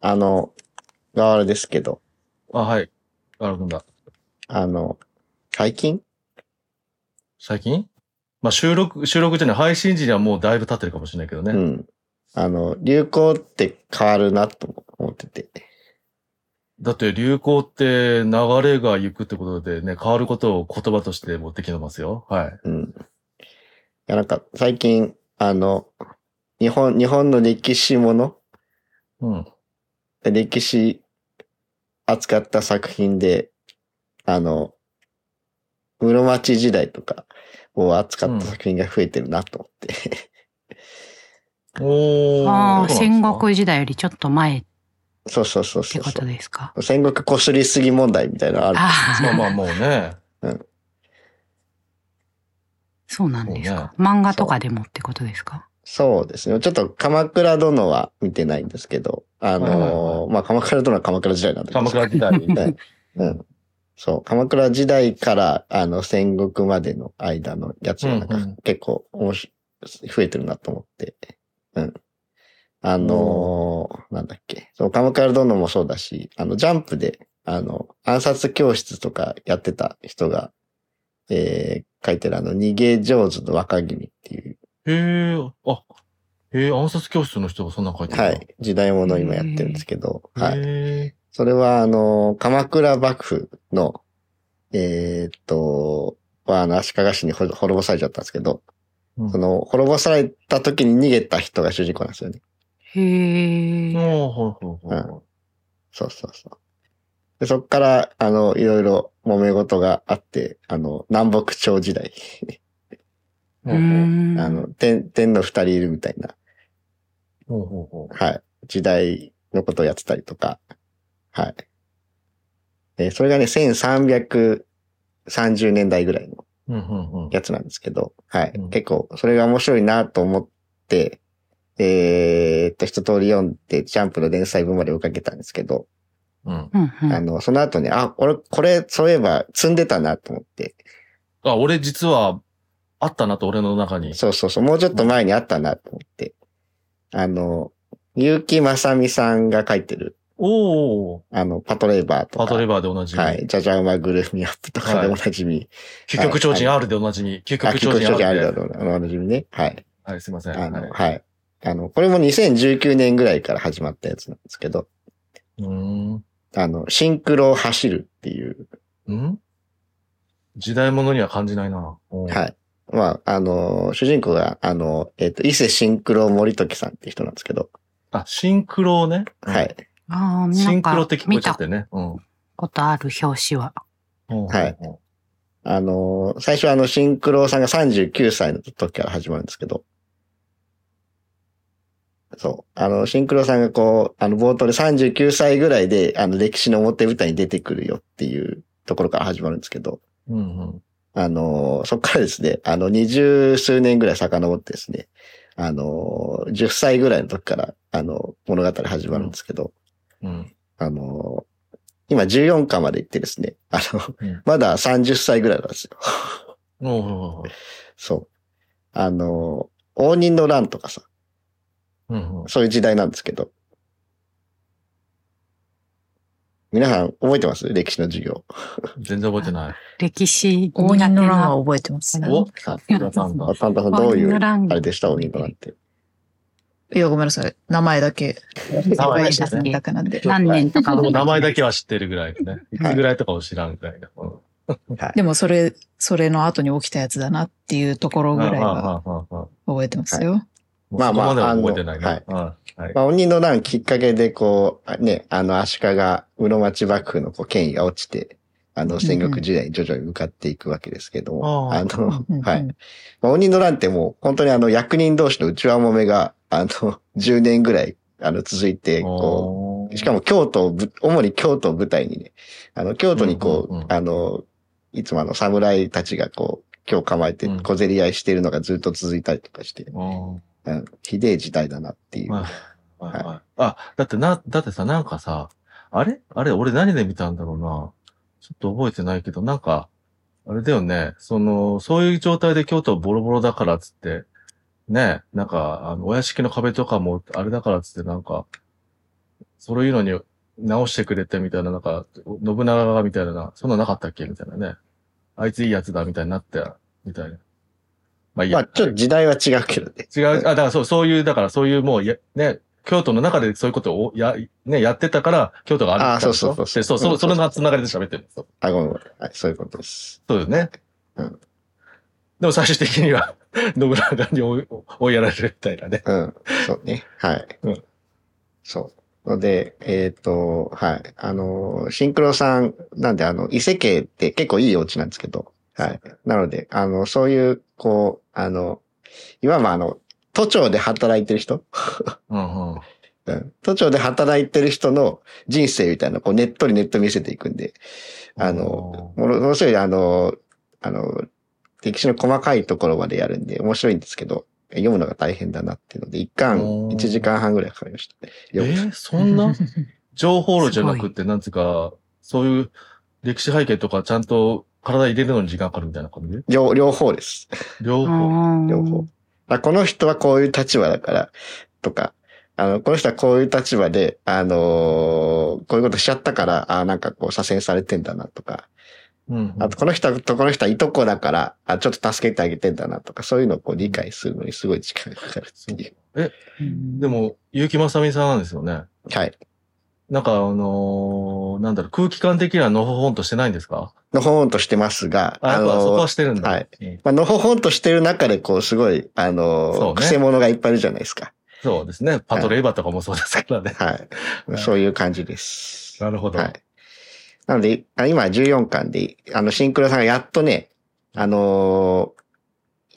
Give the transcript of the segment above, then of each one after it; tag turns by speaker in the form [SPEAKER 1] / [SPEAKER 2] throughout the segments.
[SPEAKER 1] あの、があれですけど、
[SPEAKER 2] あ、はい。ガラ君だ。
[SPEAKER 1] あの、解禁
[SPEAKER 2] 最近まあ、収録、収録じゃない、配信時にはもうだいぶ経ってるかもしれないけどね。
[SPEAKER 1] うん。あの、流行って変わるなと思ってて。
[SPEAKER 2] だって流行って流れが行くってことでね、変わることを言葉として持ってきてますよ。はい。
[SPEAKER 1] うん。いや、なんか、最近、あの、日本、日本の歴史もの
[SPEAKER 2] うん。
[SPEAKER 1] 歴史扱った作品で、あの、室町時代とかを扱った作品が増えてるなと思って。
[SPEAKER 2] おー。
[SPEAKER 3] ああ、
[SPEAKER 2] そうなん
[SPEAKER 3] 戦
[SPEAKER 2] ですか
[SPEAKER 3] 国時代よりちょっと前っ
[SPEAKER 1] そうそうそうそ
[SPEAKER 3] て
[SPEAKER 1] う
[SPEAKER 3] こ
[SPEAKER 1] そ
[SPEAKER 3] と
[SPEAKER 1] う。
[SPEAKER 3] ですか。
[SPEAKER 1] 戦国こすりすぎ問題みたいなのある。
[SPEAKER 3] あ
[SPEAKER 2] まあまあ
[SPEAKER 3] あ、
[SPEAKER 2] もう ね。
[SPEAKER 3] そうなんです
[SPEAKER 2] そうね
[SPEAKER 3] か。漫画とかでもってことですか。
[SPEAKER 1] そうですね。ちょっと鎌倉殿は見てないんですけど、あ
[SPEAKER 2] はいはい
[SPEAKER 1] のーまあ、鎌倉殿は鎌倉時代なんだけど。
[SPEAKER 2] 鎌倉時代。
[SPEAKER 1] はいうん。そう。鎌倉時代から、あの、戦国までの間のやつが、なん
[SPEAKER 2] うんうん
[SPEAKER 1] か、結構、面白い増えてるなと思って。うん。あのーなんだっけ。そう、鎌倉殿もそうだし、あの、ジャンプで、あの、暗殺教室とかやってた人が、えー、書いてるあの、逃げ上手の若君っていう、
[SPEAKER 2] へえ、あ、へえ、暗殺教室の人がそんなの書いてるの
[SPEAKER 1] は。い、時代物を今やってるんですけど、はい。
[SPEAKER 2] へ
[SPEAKER 1] それは、あの、鎌倉幕府の、えーっと、は、あの、足利氏にほ滅ぼされちゃったんですけど、
[SPEAKER 2] え。うん
[SPEAKER 1] その、滅ぼされた時に逃げた人が主人公なんですよね。
[SPEAKER 3] へ
[SPEAKER 2] あ
[SPEAKER 3] え。
[SPEAKER 2] あ、はいはいはい。
[SPEAKER 1] そうそうそう。でそっから、あの、いろいろ揉め事があって、あの、南北朝時代、
[SPEAKER 2] ほうほう
[SPEAKER 3] うーん
[SPEAKER 1] あの、天、天の二人いるみたいな、
[SPEAKER 2] ほうほうほう
[SPEAKER 1] はい、時代のことをやってたりとか、はい。えーそれがね、1330年代ぐらいの
[SPEAKER 2] うんうんうん。
[SPEAKER 1] やつなんですけど、はい。
[SPEAKER 2] うん
[SPEAKER 1] 結構、それが面白いなと思って、えーっと、一通り読んで、ジャンプの連載分まで追いかけたんですけど、
[SPEAKER 2] うん。
[SPEAKER 3] うんう
[SPEAKER 1] あ
[SPEAKER 3] ん。
[SPEAKER 1] の、その後に、あ、俺、これ、そういえば、積んでたなと思って、
[SPEAKER 2] あ、俺実は、あったなと、俺の中に。
[SPEAKER 1] そうそうそう、もうちょっと前にあったなと思って、あの、結城正美さんが書いてる、
[SPEAKER 2] おー。
[SPEAKER 1] あの、パトレーバーとか、
[SPEAKER 2] パトレバーでおなじみ。
[SPEAKER 1] はい、ジャジャウマグルーミアップとかでおなじみ、
[SPEAKER 2] 究極超人 R でおなじみ。究
[SPEAKER 1] あ
[SPEAKER 2] 極超
[SPEAKER 1] 結
[SPEAKER 2] 人
[SPEAKER 1] 構
[SPEAKER 2] R で。
[SPEAKER 1] あるだろうなおなじみね、はい。
[SPEAKER 2] はい、すいません。
[SPEAKER 1] あの、
[SPEAKER 2] はい
[SPEAKER 1] はい。あの、これも2019年ぐらいから始まったやつなんですけど、
[SPEAKER 2] うーん。
[SPEAKER 1] あの、シンクロを走るっていう、
[SPEAKER 2] ん時代物には感じないな。。
[SPEAKER 1] はいい。まあ、あの、主人公が、あの、えっ、と、伊勢シンクロ森時さんっていう人なんですけど、
[SPEAKER 2] あ、シンクロをね。
[SPEAKER 1] は。い。
[SPEAKER 3] ああ、な
[SPEAKER 2] シン
[SPEAKER 3] ん
[SPEAKER 2] クロ
[SPEAKER 3] か
[SPEAKER 2] って聞こえ
[SPEAKER 3] 見
[SPEAKER 2] ちゃったてね。うん。
[SPEAKER 3] ことある表紙は。
[SPEAKER 1] はい。あの、最初はあの、シンクロさんが39歳の時から始まるんですけど、そう。あの、シンクロさんがこう、あの、冒頭で39歳ぐらいで、あの、歴史の表舞台に出てくるよっていうところから始まるんですけど、
[SPEAKER 2] うんうん。
[SPEAKER 1] あのー、そっからですね、あの、二十数年ぐらい遡ってですね、あのー、10歳ぐらいの時から、あの、物語始まるんですけど、
[SPEAKER 2] うん。
[SPEAKER 1] あのー、今14巻まで行ってですね、あの、
[SPEAKER 2] うん
[SPEAKER 1] まだ30歳ぐらいなんですよ。
[SPEAKER 2] おうおうおう
[SPEAKER 1] そう。あのー、応仁の乱とかさ、
[SPEAKER 2] うんうん。
[SPEAKER 1] そういう時代なんですけど、皆さん覚えてます歴史の授業。
[SPEAKER 2] 全然覚えてない。
[SPEAKER 3] 歴史
[SPEAKER 4] 応
[SPEAKER 3] 苦手
[SPEAKER 4] 仁の乱
[SPEAKER 3] な。
[SPEAKER 4] は覚えてます。
[SPEAKER 2] おさすがなんだ。
[SPEAKER 1] パンタさんどうい
[SPEAKER 3] 応仁の
[SPEAKER 1] う、
[SPEAKER 3] 乱
[SPEAKER 1] あれでした応仁の乱って。
[SPEAKER 4] いや、ごめんなさい。名前だけ。
[SPEAKER 2] 名前だ
[SPEAKER 3] けね
[SPEAKER 4] だけなんで。
[SPEAKER 3] 何年とか
[SPEAKER 2] でも名前だ
[SPEAKER 3] け。
[SPEAKER 2] けは知ってるぐらいね。いつぐらいとかを知らんぐらいな。うん
[SPEAKER 1] はい
[SPEAKER 4] でも、それ、それの後に起きたやつだなっていうところぐらいは覚えてますよ。
[SPEAKER 1] ま
[SPEAKER 2] ま
[SPEAKER 1] あ
[SPEAKER 2] あ
[SPEAKER 1] ま
[SPEAKER 2] ま
[SPEAKER 1] あ
[SPEAKER 2] あ。そこまでは覚えてないね。はい
[SPEAKER 1] まあ、鬼の乱きっかけで、こう、ね、あの、足利、室町幕府のこう権威が落ちて、あの、戦国時代に徐々に向かっていくわけですけども、
[SPEAKER 2] ああ
[SPEAKER 1] あの
[SPEAKER 4] うんうんう、ん
[SPEAKER 1] はい。まあ、鬼の乱ってもう、本当にあの、役人同士の内輪もめが、あの、10年ぐらい、あの、続いて、こう、しか
[SPEAKER 2] も、
[SPEAKER 1] も京都をぶ、主に京都を舞台にね、あの、京都にこう、
[SPEAKER 2] うんうんうん
[SPEAKER 1] あの、いつもあの、侍たちがこう、今日構えて
[SPEAKER 2] うん
[SPEAKER 1] 小競り合いしているのがずっと続いたりとかして、
[SPEAKER 2] うん
[SPEAKER 1] うん、ひでえ時代だなっていう。
[SPEAKER 2] はいはいはいあ、だってな、だってさ、なんかさ、あれあれ、俺何で見たんだろうな。ちょっと覚えてないけど、なんか、あれだよね、その、そういう状態で京都ボロボロだからっつって、ね、なんか、あの、お屋敷の壁とかもあれだからっつって、なんか、そういうのに直してくれてみたいな、なんか、信長がみたいな、そんななかったっけみたいなね。あいついいやつだみたいになって、みたいな。まあいい
[SPEAKER 1] ま
[SPEAKER 2] や。
[SPEAKER 1] あ、ちょっと時代は違うけどね。
[SPEAKER 2] 違う、あ、だからそう、そういう、だからそういうもうや、ね、京都の中でそういうことをや、ね、やってたから、京都がある
[SPEAKER 1] あそうそうそう
[SPEAKER 2] でそう、そうう、
[SPEAKER 1] ん
[SPEAKER 2] それのつながりで喋ってるんですよ。
[SPEAKER 1] あ、ごめんごめん。はい、そういうことです。
[SPEAKER 2] そうですね。
[SPEAKER 1] うん
[SPEAKER 2] でも最終的には、 信長に追い追いやられるみたいなね。
[SPEAKER 1] うん。そうね。はい。
[SPEAKER 2] うん
[SPEAKER 1] そう。ので、えっ、と、はい。あの、シンクロさん、なんで、あの、伊勢家って結構いいお家なんですけど、はい。なので、あの、そういう、こう、あの、今もあの、都庁で働いてる人
[SPEAKER 2] うんうん。
[SPEAKER 1] うん都庁で働いてる人の人生みたいな、こう、ねっとりネット見せていくんで、あの、ものものすごい、あの、あの、歴史の細かいところまでやるんで、面白いんですけど、読むのが大変だなっていうので、一巻、
[SPEAKER 2] おー
[SPEAKER 1] 1時間半ぐらいかかりましたね。
[SPEAKER 2] え
[SPEAKER 1] 読む
[SPEAKER 2] ーそ んな情報路じゃな
[SPEAKER 3] すご
[SPEAKER 2] く
[SPEAKER 3] い
[SPEAKER 2] て、なんつうか、そういう歴史背景とかちゃんと体入れるのに時間かかるみたいな感じ
[SPEAKER 1] 両両方です。
[SPEAKER 2] 両方。
[SPEAKER 1] 両
[SPEAKER 3] 両
[SPEAKER 1] 方。あこの人はこういう立場だから、とか、あの、この人はこういう立場で、あのーこういうことしちゃったから、あーなんかこう、左遷されてんだなとか、
[SPEAKER 2] うん
[SPEAKER 1] あと、この人とこの人はいとこだから、あ、ちょっと助けてあげてんだなとか、そういうのをこう理解するのにすごい時間がかかるっていう。
[SPEAKER 2] でも、結城正美さんなんですよね。
[SPEAKER 1] はい。
[SPEAKER 2] なんか、あのーなんだろう、空気感的にはのほほんとしてないんですか
[SPEAKER 1] のほほんとしてますが、
[SPEAKER 2] あ、やっぱそこはしてるんだ。
[SPEAKER 1] はい
[SPEAKER 2] うん
[SPEAKER 1] まあ、のほほんとしてる中で、こう、すごい、あ
[SPEAKER 2] そ
[SPEAKER 1] の
[SPEAKER 2] う
[SPEAKER 1] ー、
[SPEAKER 2] ね
[SPEAKER 1] くせ者がいっぱいいるじゃないですか。
[SPEAKER 2] そうですね。パトレイバーとかもそうですからね。
[SPEAKER 1] はい
[SPEAKER 2] は。い
[SPEAKER 1] そういう感じです。
[SPEAKER 2] なるほど。
[SPEAKER 1] はい。なので、あ今14巻で、あの、シンクロさんがやっとね、あの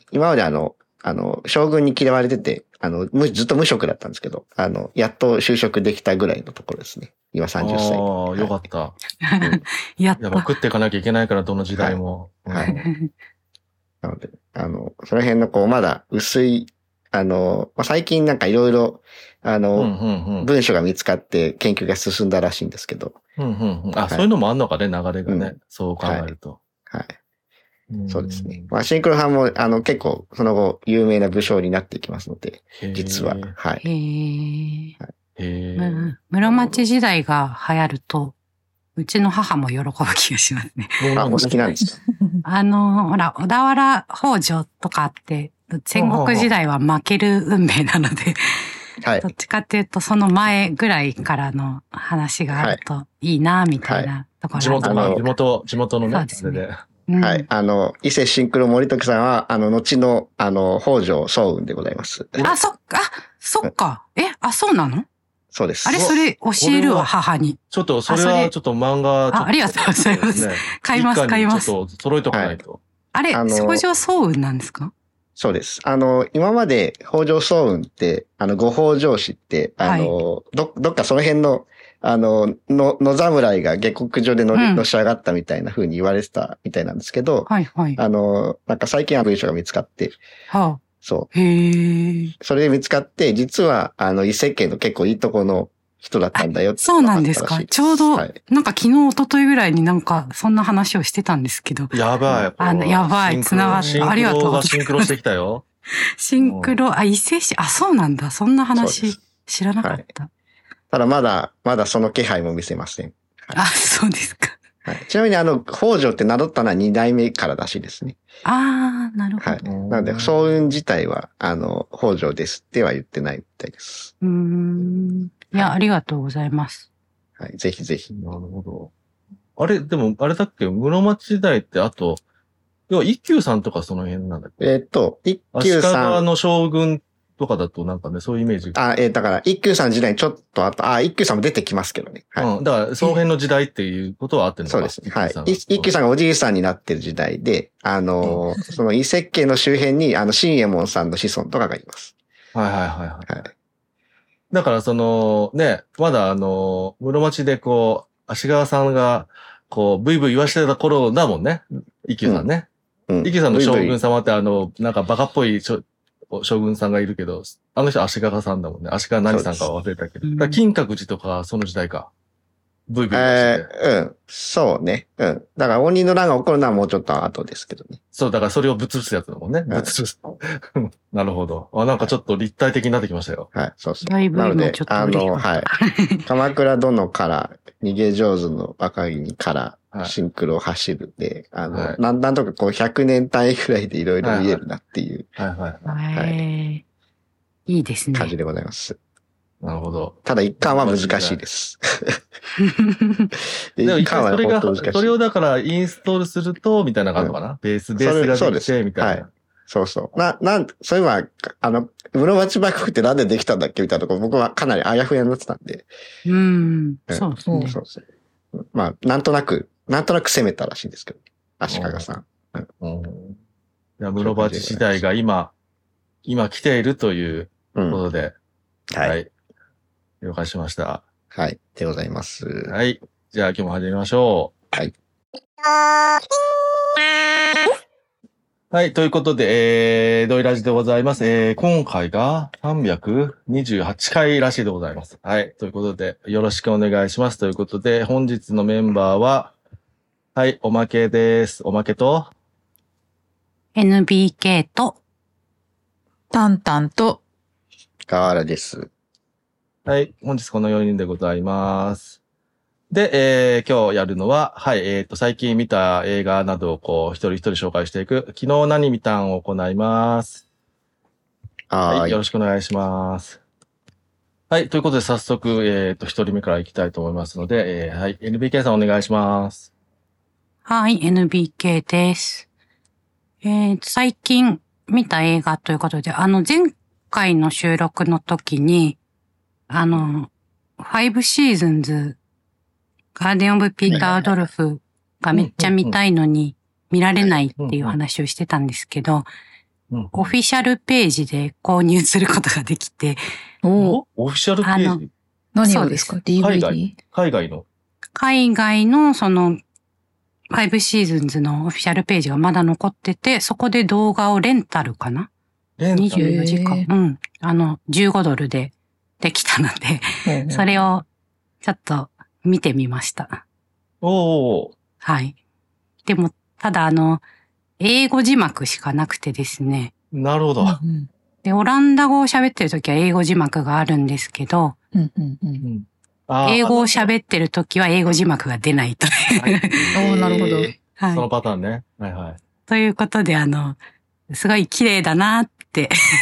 [SPEAKER 1] ー今まであの、あの、将軍に嫌われてて、あの、むずっと無職だったんですけど、あの、やっと就職できたぐらいのところですね。今
[SPEAKER 2] ああ
[SPEAKER 1] 30歳。
[SPEAKER 2] ー、よかった。や
[SPEAKER 3] やっ
[SPEAKER 2] っぱ
[SPEAKER 3] た。
[SPEAKER 2] 食っていかなきゃいけないから、どの時代も。
[SPEAKER 1] は
[SPEAKER 2] うん
[SPEAKER 1] なので、あの、その辺のこう、まだ薄い、あの、まあ、最近なんかいろいろ、あ
[SPEAKER 2] う
[SPEAKER 1] の、
[SPEAKER 2] んうんうん。
[SPEAKER 1] 文書が見つかって研究が進んだらしいんですけど、
[SPEAKER 2] うんうんうん。
[SPEAKER 1] は
[SPEAKER 2] あ、
[SPEAKER 1] い
[SPEAKER 2] そういうのもあんのかね、流れが
[SPEAKER 1] う
[SPEAKER 2] ね
[SPEAKER 1] ん。
[SPEAKER 2] そう考えると。
[SPEAKER 1] はい。
[SPEAKER 2] ん
[SPEAKER 1] そうですね。。まあ、シンクロさんも、あの、結構、その後、有名な武将になっていきますので、
[SPEAKER 2] へー
[SPEAKER 1] 実は。はい。
[SPEAKER 3] へえ。
[SPEAKER 2] へ
[SPEAKER 3] う
[SPEAKER 2] え。
[SPEAKER 3] ん室町時代が流行ると、うちの母も喜ぶ気がしますね。
[SPEAKER 1] あ、お好きなんです。
[SPEAKER 3] あの、ほら、小田原北条とかあって、戦国時代は負ける運命なので、
[SPEAKER 1] はい
[SPEAKER 3] ど。っちかっていうと、その前ぐらいからの話があるといいな、みたいなとこ
[SPEAKER 2] 地
[SPEAKER 3] ろ
[SPEAKER 2] 元
[SPEAKER 3] な
[SPEAKER 1] あ
[SPEAKER 2] の、
[SPEAKER 1] の
[SPEAKER 2] 地元、地元のね、
[SPEAKER 3] そう
[SPEAKER 2] あ
[SPEAKER 3] ですね
[SPEAKER 2] れで。
[SPEAKER 3] うん
[SPEAKER 1] はい。あの、伊勢シンクロ森時さんは、あの、後の、あの、北条早雲でございます。
[SPEAKER 3] あ、そっか、あ、そっか。え、あ、そうなの
[SPEAKER 1] そうです。
[SPEAKER 3] あれ、それ教えるわ、母に。
[SPEAKER 2] ちょっと、それ
[SPEAKER 3] あそ
[SPEAKER 2] は
[SPEAKER 3] れ
[SPEAKER 2] ちょっと漫画、ちょっ
[SPEAKER 3] あありがとうございます
[SPEAKER 2] ね
[SPEAKER 3] 買います、
[SPEAKER 2] 一家
[SPEAKER 3] 買
[SPEAKER 2] に
[SPEAKER 3] います
[SPEAKER 2] ち。ょっと揃えとかないと。
[SPEAKER 3] あれ、
[SPEAKER 1] あの
[SPEAKER 3] 少女早雲なんですか
[SPEAKER 1] そうです。あの、今まで、北条早雲って、あの、ご北条氏って、あの、ど、どっかその辺の、あの、の、野侍が下克上で乗り、
[SPEAKER 3] うん
[SPEAKER 1] のし上がったみたいな風に言われてたみたいなんですけど、
[SPEAKER 3] はいはい。は
[SPEAKER 1] あの、なんか最近ある文書が見つかって、
[SPEAKER 3] あ、
[SPEAKER 1] そう。
[SPEAKER 3] へえ。
[SPEAKER 1] それで見つかって、実は、あの、伊勢家の結構いいとこの人だったんだよって
[SPEAKER 3] そうなんです
[SPEAKER 1] 分
[SPEAKER 3] か。
[SPEAKER 1] ったらしい
[SPEAKER 3] ちょうど、
[SPEAKER 1] はい。
[SPEAKER 3] なんか昨日、一昨日ぐらいになんか、そんな話をしてたんですけど、
[SPEAKER 2] やばい。これは
[SPEAKER 3] あやばい
[SPEAKER 2] シンクロ
[SPEAKER 3] 繋がった
[SPEAKER 2] シンクロ
[SPEAKER 3] ありがとう
[SPEAKER 2] がシンクロしてきた よ。
[SPEAKER 3] シンクロ、あ、伊勢市、あ、そうなんだ。そんな
[SPEAKER 1] そうで
[SPEAKER 3] 話
[SPEAKER 1] す、
[SPEAKER 3] 知らなかった。
[SPEAKER 1] ただまだ、まだその気配も見せません。
[SPEAKER 3] あ、そうですか。
[SPEAKER 1] はい、ちなみに、あの、北条って名乗ったのは2代目かららしいですね。
[SPEAKER 3] あー、なるほど。
[SPEAKER 1] はい。
[SPEAKER 2] うん
[SPEAKER 1] なので、早雲自体は、あの、北条ですっては言ってないみたいです。
[SPEAKER 3] うーん。いや、ありがとうございます。
[SPEAKER 1] はい。ぜひぜひ。
[SPEAKER 2] なるほど。あれ、でも、あれだっけ室町時代って、あと、要は一休さんとかその辺なんだっけ
[SPEAKER 1] えっ、と、一
[SPEAKER 2] 足利
[SPEAKER 1] 休さん、
[SPEAKER 2] の将軍とかだとなんかね、そういうイメージ。
[SPEAKER 1] あ、えーだから、一休さん時代にちょっとあと、あ、一休さんも出てきますけどね。はい。
[SPEAKER 2] うん。だから、その辺の時代っていうことはあってんのか
[SPEAKER 1] そうですね。はい
[SPEAKER 2] 一休さん。
[SPEAKER 1] い一休さんがおじいさんになってる時代で、あのー、その伊勢家の周辺に、あの、新右衛門さんの子孫とかがいます。
[SPEAKER 2] はいはいはいはい。
[SPEAKER 1] はい。
[SPEAKER 2] だからその、ね、まだあの、室町でこう、足川さんが、こう、ブイブイ言わしてた頃だもんね。一休さんね。
[SPEAKER 1] うん
[SPEAKER 2] 一休さんの将軍
[SPEAKER 1] ブイブイ
[SPEAKER 2] 様ってあの、なんかバカっぽいしょ将軍さんがいるけど、あの人足利さんだもんね。足利何さんかは忘れたけ
[SPEAKER 3] そうで
[SPEAKER 2] ど。
[SPEAKER 3] す
[SPEAKER 2] だから金閣寺とか、その時代か。ブイブイ言い
[SPEAKER 1] え
[SPEAKER 2] 出して
[SPEAKER 1] ーうん。そうね。うん。だから、鬼の乱が起こるのはもうちょっと後ですけどね。
[SPEAKER 2] そう、だからそれをぶっ潰すやつだもんね。
[SPEAKER 1] ん
[SPEAKER 2] ぶっ潰す。 なるほど。あ、なんかちょっと立体的になってきましたよ。
[SPEAKER 1] はい、そうそう。
[SPEAKER 3] だいぶ
[SPEAKER 1] なの
[SPEAKER 3] も
[SPEAKER 1] で
[SPEAKER 3] うちょっ、と
[SPEAKER 1] あ
[SPEAKER 3] 嬉し
[SPEAKER 1] の、
[SPEAKER 3] か
[SPEAKER 1] はい。鎌倉殿から、逃げ上手の若君か
[SPEAKER 2] は
[SPEAKER 1] ら、
[SPEAKER 2] い
[SPEAKER 1] シンクロを走るんで、あ
[SPEAKER 2] はい
[SPEAKER 1] の、なんなんとかこう、100年単位くらいでいろいろ見えるなっていう
[SPEAKER 2] はいはい。
[SPEAKER 1] い
[SPEAKER 3] えーいいですね。
[SPEAKER 1] 感じでございます。
[SPEAKER 2] なるほど。
[SPEAKER 1] ただ、一巻は難しいです。で
[SPEAKER 2] でも
[SPEAKER 1] 一
[SPEAKER 2] 一
[SPEAKER 1] 巻は
[SPEAKER 2] 回それ
[SPEAKER 1] ね、本
[SPEAKER 2] が、
[SPEAKER 1] 当難しい。
[SPEAKER 2] それをだからインストールすると、みたいなのがあるのかな、ベース、ベース
[SPEAKER 1] そ
[SPEAKER 2] が
[SPEAKER 1] うで
[SPEAKER 2] でき
[SPEAKER 1] す
[SPEAKER 2] て、みたいな。
[SPEAKER 1] そうそう。な、なん、そういえば、あの、室町幕府ってなんでできたんだっけみたいなとこ、僕はかなりあやふやになってたんで。
[SPEAKER 3] うん、そうです
[SPEAKER 4] うん
[SPEAKER 3] ね。
[SPEAKER 1] そうそう。まあ、なんとなく、なんとなく攻めたらしいんですけど、足利さん。
[SPEAKER 2] うん。いや、室町時代が今、今来ているという
[SPEAKER 1] う
[SPEAKER 2] こ
[SPEAKER 1] ん。
[SPEAKER 2] とで、
[SPEAKER 1] はい。はい。
[SPEAKER 2] い。了解しました。
[SPEAKER 1] でございます。
[SPEAKER 2] はい。じゃあ今日も始めましょう。
[SPEAKER 1] はい。
[SPEAKER 2] はい。ということで、えー、ドイラジでございます。えー、今回が328回らしいでございます。はい。ということで、よろしくお願いします。ということで、本日のメンバーは、はい、おまけです。おまけと、
[SPEAKER 3] NBK と、
[SPEAKER 4] タンタンと、
[SPEAKER 1] 河原です。
[SPEAKER 2] はい。本日この4人でございます。で、えー、今日やるのは、はい、えっ、と、最近見た映画などをこう、一人一人紹介していく、昨日何見たんを行います。はい、
[SPEAKER 1] は
[SPEAKER 2] よ
[SPEAKER 1] ーい。
[SPEAKER 2] ろしくお願いします。はい。ということで、早速、えっ、と、一人目から行きたいと思いますので、えー、はい。NBK さんお願いします。
[SPEAKER 3] はい、NBK です。えー最近見た映画ということで、あの、前回の収録の時に、あの、ファイブシーズンズ、ガーデン・オブ・ピーター・ドルフがめっちゃ見たいのに見られないっていう話をしてたんですけど、
[SPEAKER 2] うん
[SPEAKER 3] オフィシャルページで購入することができて、
[SPEAKER 4] お
[SPEAKER 2] おオフィシャルペ
[SPEAKER 3] あ
[SPEAKER 2] ー
[SPEAKER 3] の
[SPEAKER 2] ジ
[SPEAKER 4] 何をですか
[SPEAKER 3] そ
[SPEAKER 4] ?DVD?
[SPEAKER 2] 海外海外の。
[SPEAKER 3] 海外のその、ファイブシーズンズのオフィシャルページがまだ残ってて、そこで動画をレンタルかな
[SPEAKER 2] レンタル。
[SPEAKER 3] ?24 時間。
[SPEAKER 4] へ
[SPEAKER 3] うん。あの、15ドルでできたので、それをちょっと見てみました。
[SPEAKER 2] おーおー
[SPEAKER 3] はい。でも、ただあの、英語字幕しかなくてですね。
[SPEAKER 2] なるほど。
[SPEAKER 4] うんうん
[SPEAKER 3] で、オランダ語を喋ってる時は英語字幕があるんですけど、
[SPEAKER 4] うんうんう
[SPEAKER 2] うんんあー
[SPEAKER 3] 英語を喋ってる時は英語字幕が出ないという。
[SPEAKER 2] はい
[SPEAKER 4] おーなるほど
[SPEAKER 1] え
[SPEAKER 3] はい
[SPEAKER 2] そのパターンね。はいはい。
[SPEAKER 3] ということで、あの、すごい綺麗だなって い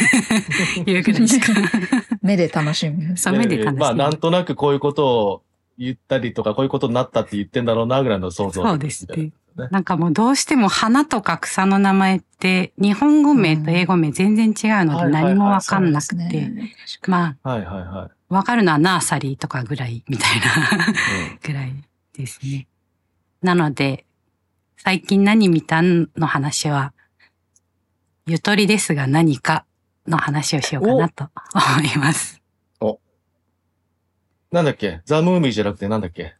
[SPEAKER 3] うぐらいしか、
[SPEAKER 4] 目で楽しむ。
[SPEAKER 3] そう目で楽しみ
[SPEAKER 2] まあ、なんとなくこういうことを言ったりとか、こういうことになったって言ってんだろうな、ぐらいの想像
[SPEAKER 3] そうですね。
[SPEAKER 2] ね
[SPEAKER 3] なんかもうどうしても花とか草の名前って日本語名と英語名全然違うの
[SPEAKER 2] う
[SPEAKER 3] で
[SPEAKER 2] ん
[SPEAKER 3] 何もわかんなく
[SPEAKER 4] そうです
[SPEAKER 3] て。
[SPEAKER 4] ね。
[SPEAKER 3] ま
[SPEAKER 2] はいはいは
[SPEAKER 3] あ、わかるのはナーサリーとかぐらいみたいな
[SPEAKER 2] い。
[SPEAKER 3] ぐらいですね。なので、最近何見たんの話は、ゆとりですが何かの話をしようかなと思います。
[SPEAKER 2] なんだっけザ・ムーミーじゃなくてなんだっけ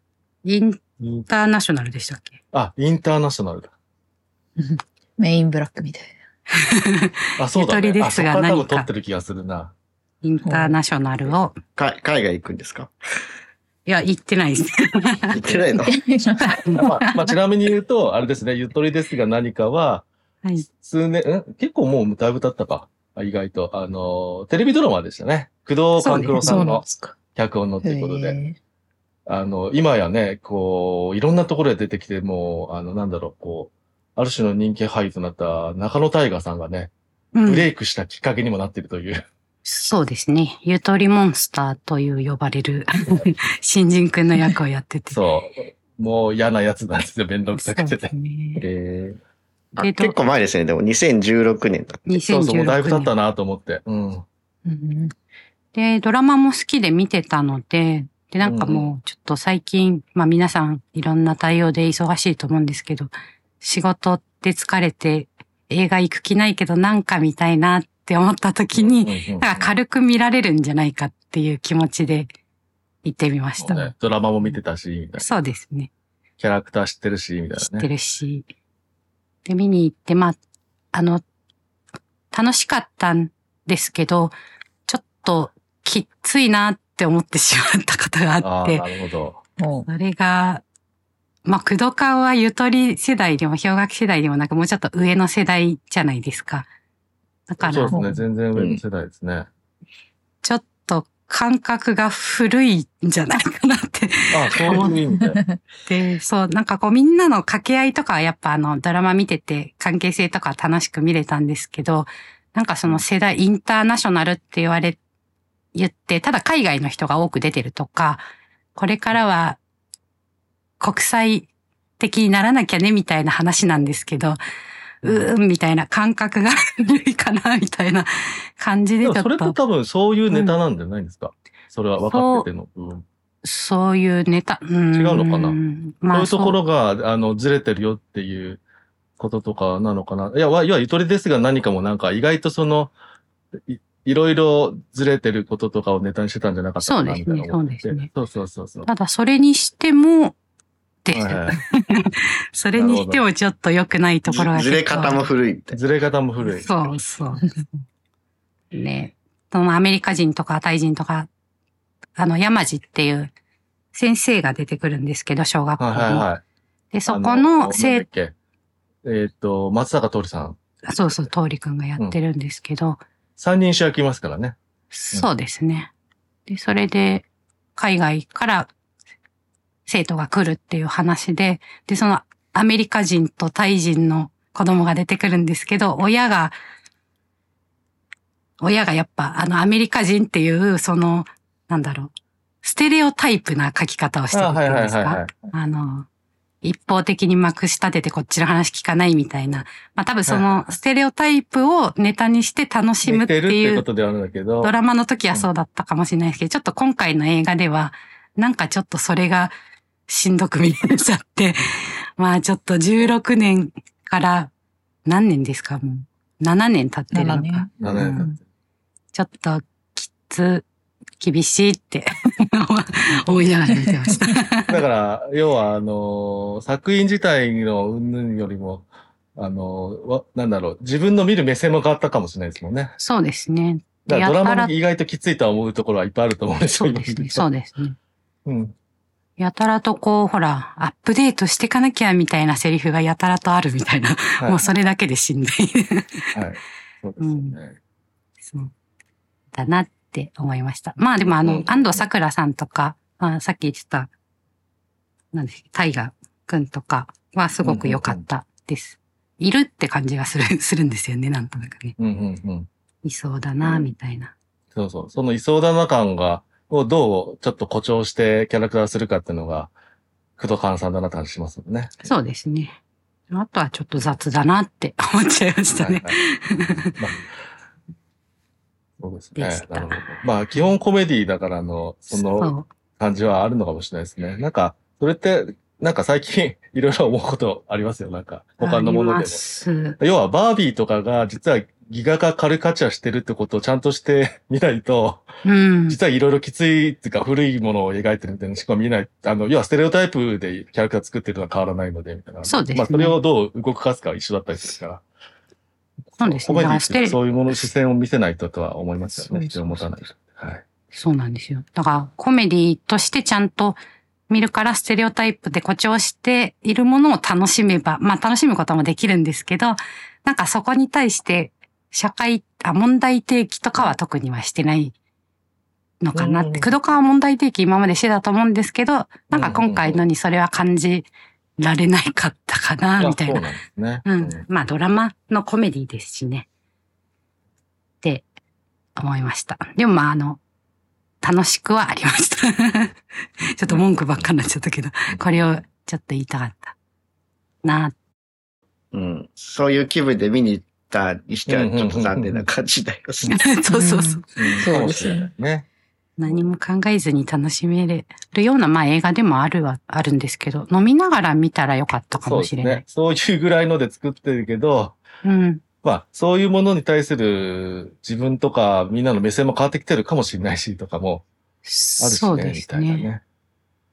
[SPEAKER 3] イン
[SPEAKER 2] イン
[SPEAKER 3] ターナショナルでしたっけ
[SPEAKER 2] あ、インターナショナルだ。
[SPEAKER 4] メインブラックみたい
[SPEAKER 2] あ、そうだね。
[SPEAKER 3] ゆとりですが
[SPEAKER 2] あそこから多分
[SPEAKER 3] 何
[SPEAKER 2] 撮
[SPEAKER 3] か
[SPEAKER 2] ってる気がするな。
[SPEAKER 3] インターナショナルを、
[SPEAKER 1] か海外行くんです か
[SPEAKER 3] いや、行ってないです。
[SPEAKER 1] 行ってないの
[SPEAKER 4] な。
[SPEAKER 2] まあ、まあ、ちなみに言うと、あれですね、ゆとりですが何かは、
[SPEAKER 3] はい。
[SPEAKER 2] 数年、ん結構もうだいぶ経ったか。あ意外と。あの、テレビドラマでしたね。工藤官九郎さ
[SPEAKER 4] そうんなん
[SPEAKER 2] の
[SPEAKER 4] ですか。
[SPEAKER 2] 脚本のっていうことで。
[SPEAKER 4] へ
[SPEAKER 2] あの、今やね、こう、いろんなところで出てきて、もう、あの、なんだろう、こう、ある種の人気俳優となった中野大河さんがね、
[SPEAKER 3] う
[SPEAKER 2] ブ
[SPEAKER 3] ん、
[SPEAKER 2] レイクしたきっかけにもなってると いう。
[SPEAKER 3] そうですね。ゆとりモンスターという呼ば れる新人くんの役をやってて。
[SPEAKER 2] そう。もう嫌なやつなんですよ、面倒くさくて
[SPEAKER 3] そうで
[SPEAKER 2] ね
[SPEAKER 3] す。ね。
[SPEAKER 1] え
[SPEAKER 3] えーと
[SPEAKER 1] 結構前ですね、でも2016年だ。
[SPEAKER 2] そうそう、もうだいぶ経
[SPEAKER 3] 2016
[SPEAKER 2] った
[SPEAKER 3] 年。
[SPEAKER 2] なと思って。うん。
[SPEAKER 4] ーうん
[SPEAKER 3] で、ドラマも好きで見てたので、で、なんかもうちょっと最近、まあ皆さんいろんな対応で忙しいと思うんですけど、仕事で疲れて映画行く気ないけどなんか見たいなって思った時に、
[SPEAKER 2] うんうん
[SPEAKER 3] だから軽く見られるんじゃないかっていう気持ちで行ってみまし
[SPEAKER 2] そう
[SPEAKER 3] た。
[SPEAKER 2] ねドラマも見てたし、みたいな。
[SPEAKER 3] そうですね。
[SPEAKER 2] キャラクター知ってるし、みたい
[SPEAKER 3] 知
[SPEAKER 2] な
[SPEAKER 3] っ
[SPEAKER 2] ね
[SPEAKER 3] て。るし。で、見に行って、まあ、あの、楽しかったんですけど、ちょっときっついなって思ってしまったことが
[SPEAKER 2] あ
[SPEAKER 3] あっ
[SPEAKER 2] あ、
[SPEAKER 3] て
[SPEAKER 2] な、るほど。
[SPEAKER 4] おう
[SPEAKER 3] それが、まあ、工藤館はゆとり世代でも、氷河期世代でもなく、もうちょっと上の世代じゃないですか。だか
[SPEAKER 2] そう
[SPEAKER 3] ら
[SPEAKER 2] で、すね。全然上の世代ですね。
[SPEAKER 3] ちょっと感覚が古いんじゃないかなって。
[SPEAKER 2] あ、そういう意 味で。
[SPEAKER 3] で、そう、なんかこうみんなの掛け合いとかはやっぱあのドラマ見てて関係性とか楽しく見れたんですけど、なんかその世代インターナショナルって言われ、言って、ただ海外の人が多く出てるとか、これからは国際的にならなきゃねみたいな話なんですけど、うーん、みたいな感覚が古いかな、みたいな感じで
[SPEAKER 2] で
[SPEAKER 3] ち
[SPEAKER 2] も
[SPEAKER 3] ょっと。
[SPEAKER 2] それと多分そういうネタなんじゃないですか。それは分かってての。うん
[SPEAKER 3] そういうネタ。違う
[SPEAKER 2] 違うのかな
[SPEAKER 3] まあ、
[SPEAKER 2] そういうところが、あの、ずれてるよっていうこととかなのかな。いや、わいや、ゆとりですが何かもなんか、意外とその、いいろいろずれてることとかをネタにしてたんじゃなかったかな
[SPEAKER 3] そうですね
[SPEAKER 2] みたいな思って
[SPEAKER 3] そうですね
[SPEAKER 2] そうそうそうそう。
[SPEAKER 3] ただ、それにしても、です。
[SPEAKER 2] はいはい
[SPEAKER 3] それにしてもちょっと良くないところが
[SPEAKER 1] ずずれ方も古いみたいな。
[SPEAKER 2] ずれ方も古い。
[SPEAKER 3] そうそう。ねそのアメリカ人とかタイ人とか、あの、山地っていう先生が出てくるんですけど、小学校
[SPEAKER 2] はい
[SPEAKER 3] に。
[SPEAKER 2] はいはい。
[SPEAKER 3] で、そこ
[SPEAKER 2] あなん
[SPEAKER 3] の
[SPEAKER 2] だっ
[SPEAKER 3] 生
[SPEAKER 2] けえーっと、松坂桃李さん。
[SPEAKER 3] そうそう、通りくんがやってるんですけど、
[SPEAKER 2] 三人主役いますからね。
[SPEAKER 3] そうですね。で、それで、海外から生徒が来るっていう話で、で、そのアメリカ人とタイ人の子供が出てくるんですけど、親が、親がやっぱ、あの、アメリカ人っていう、その、なんだろう、ステレオタイプな書き方をしてる
[SPEAKER 2] あ
[SPEAKER 3] って
[SPEAKER 2] はい
[SPEAKER 3] いうん
[SPEAKER 2] はい
[SPEAKER 3] です
[SPEAKER 2] はい
[SPEAKER 3] か
[SPEAKER 2] はい。
[SPEAKER 3] あの、一方的にまくし立ててこっちの話聞かないみたいな。まあ多分そ
[SPEAKER 2] はいはい
[SPEAKER 3] のステレオタイプをネタにして楽しむ
[SPEAKER 2] 似
[SPEAKER 3] って
[SPEAKER 2] てるって
[SPEAKER 3] い
[SPEAKER 2] いう
[SPEAKER 3] う
[SPEAKER 2] ことではあるんだけど。
[SPEAKER 3] ドラマの時はそうだったかもしれないですけど、ちょっと今回の映画では、なんかちょっとそれがしんどく見えちゃって、 まあちょっと16年から何年ですかもう。7年経ってるの
[SPEAKER 4] 7
[SPEAKER 3] か
[SPEAKER 4] 年。。
[SPEAKER 2] あの
[SPEAKER 4] うん
[SPEAKER 3] ちょっときつ、厳しいって 思いながら見てました。
[SPEAKER 2] だから、要は、あのー、作品自体の云々よりも、あのー、わ、なんだろう、自分の見る目線も変わったかもしれないですもんね。
[SPEAKER 3] そうですね。
[SPEAKER 2] だから
[SPEAKER 3] や
[SPEAKER 2] ド
[SPEAKER 3] たら
[SPEAKER 2] ラマに意外ときついとは思うところはいっぱいあると思うんです。
[SPEAKER 3] そうですね。そううですね。
[SPEAKER 2] うん。
[SPEAKER 3] やたらとこう、ほら、アップデートしてかなきゃみたいなセリフがやたらとあるみたいな。
[SPEAKER 2] はい。
[SPEAKER 3] も
[SPEAKER 2] は
[SPEAKER 3] う
[SPEAKER 2] い。
[SPEAKER 3] それだけでしんどい。
[SPEAKER 2] そうですよね。
[SPEAKER 3] そう。だなって思いました。まあでもあ
[SPEAKER 2] う
[SPEAKER 3] の、
[SPEAKER 2] ん
[SPEAKER 3] 安藤桜さんとか、まあ、さっき言ってた、なんですタイガくんとかはすごく良かったです。いるって感じがする、す るんですよね、なんとなくね。
[SPEAKER 2] うんうんうん。
[SPEAKER 3] いそうだな、みたいな。
[SPEAKER 2] そうそう。そのいそうだな感が、をどうちょっと誇張してキャラクターするかっていうのが、工藤勘さんだなって話しますもんね。
[SPEAKER 3] そうですね。あとはちょっと雑だなって思っちゃいましたね。
[SPEAKER 2] はいはいまあそうですね。
[SPEAKER 3] でした
[SPEAKER 2] なるほど。まあ、基本コメディだからの、その感じはあるのかもしれないですね。なんか、それって、なんか最近いろいろ思うことありますよ。なんか、他のもの
[SPEAKER 3] あ
[SPEAKER 2] で
[SPEAKER 3] りま
[SPEAKER 2] も。
[SPEAKER 3] す。
[SPEAKER 2] 要は、バービーとかが実はギガ化カルカチャーしてるってことをちゃんとして見ないと、
[SPEAKER 3] うん。
[SPEAKER 2] 実はいろいろきついっていうか古いものを描いてるみたいなしか見ない。あの、要はステレオタイプでキャラクター作ってるのは変わらないので、みたいな。
[SPEAKER 3] そうですね
[SPEAKER 2] まあ、それをどう動かすかは一緒だったりするから。
[SPEAKER 3] そうです
[SPEAKER 2] コメデ
[SPEAKER 3] ね。
[SPEAKER 2] ィ
[SPEAKER 3] だから
[SPEAKER 2] って
[SPEAKER 3] ス
[SPEAKER 2] い
[SPEAKER 3] テ
[SPEAKER 2] う
[SPEAKER 3] レ
[SPEAKER 2] かそういうもの、視線を見せないととは思いますよね。一
[SPEAKER 4] そ
[SPEAKER 2] 応
[SPEAKER 4] う
[SPEAKER 2] 持
[SPEAKER 4] そうそ
[SPEAKER 2] た
[SPEAKER 4] う
[SPEAKER 2] ないと。はい。
[SPEAKER 3] そうなんですよ。だからコメディとしてちゃんと見るからステレオタイプで誇張しているものを楽しめば、まあ楽しむこともできるんですけど、なんかそこに対して社会、あ、問題提起とかは特にはしてないのかなっ
[SPEAKER 2] う
[SPEAKER 3] て、
[SPEAKER 2] ん
[SPEAKER 3] 工藤川問題提起今までしてたと思うんですけど、なんか今回のにそれは感じられないかったかな、みたい
[SPEAKER 2] そ
[SPEAKER 3] な
[SPEAKER 2] う。なんですね。
[SPEAKER 3] うん。まあドラマのコメディですしね。って思いました。でもまああの、楽しくはありました。 ちょっと文句ばっかになっちゃったけど、これをちょっと言いたかった。なあ
[SPEAKER 1] うん。そういう気分で見に行ったにしては、ちょっと残念な感じだよ。
[SPEAKER 3] そうそうそう。
[SPEAKER 2] うん
[SPEAKER 4] そう
[SPEAKER 2] かも
[SPEAKER 4] で
[SPEAKER 2] し
[SPEAKER 4] す
[SPEAKER 2] れ
[SPEAKER 4] ね
[SPEAKER 2] ないね。
[SPEAKER 3] 何も考えずに楽しめるような、まあ映画でもあるは、あるんですけど、飲みながら見たらよかったか
[SPEAKER 2] そう
[SPEAKER 3] も
[SPEAKER 2] です
[SPEAKER 3] しれない
[SPEAKER 2] ね。。そういうぐらいので作ってるけど、
[SPEAKER 3] うん。
[SPEAKER 2] まあ、そういうものに対する自分とかみんなの目線も変わってきてるかもしれないし、とかもあるし
[SPEAKER 3] そう
[SPEAKER 2] ね、
[SPEAKER 3] で
[SPEAKER 2] み
[SPEAKER 3] す
[SPEAKER 2] たいな
[SPEAKER 3] ね。
[SPEAKER 2] ね。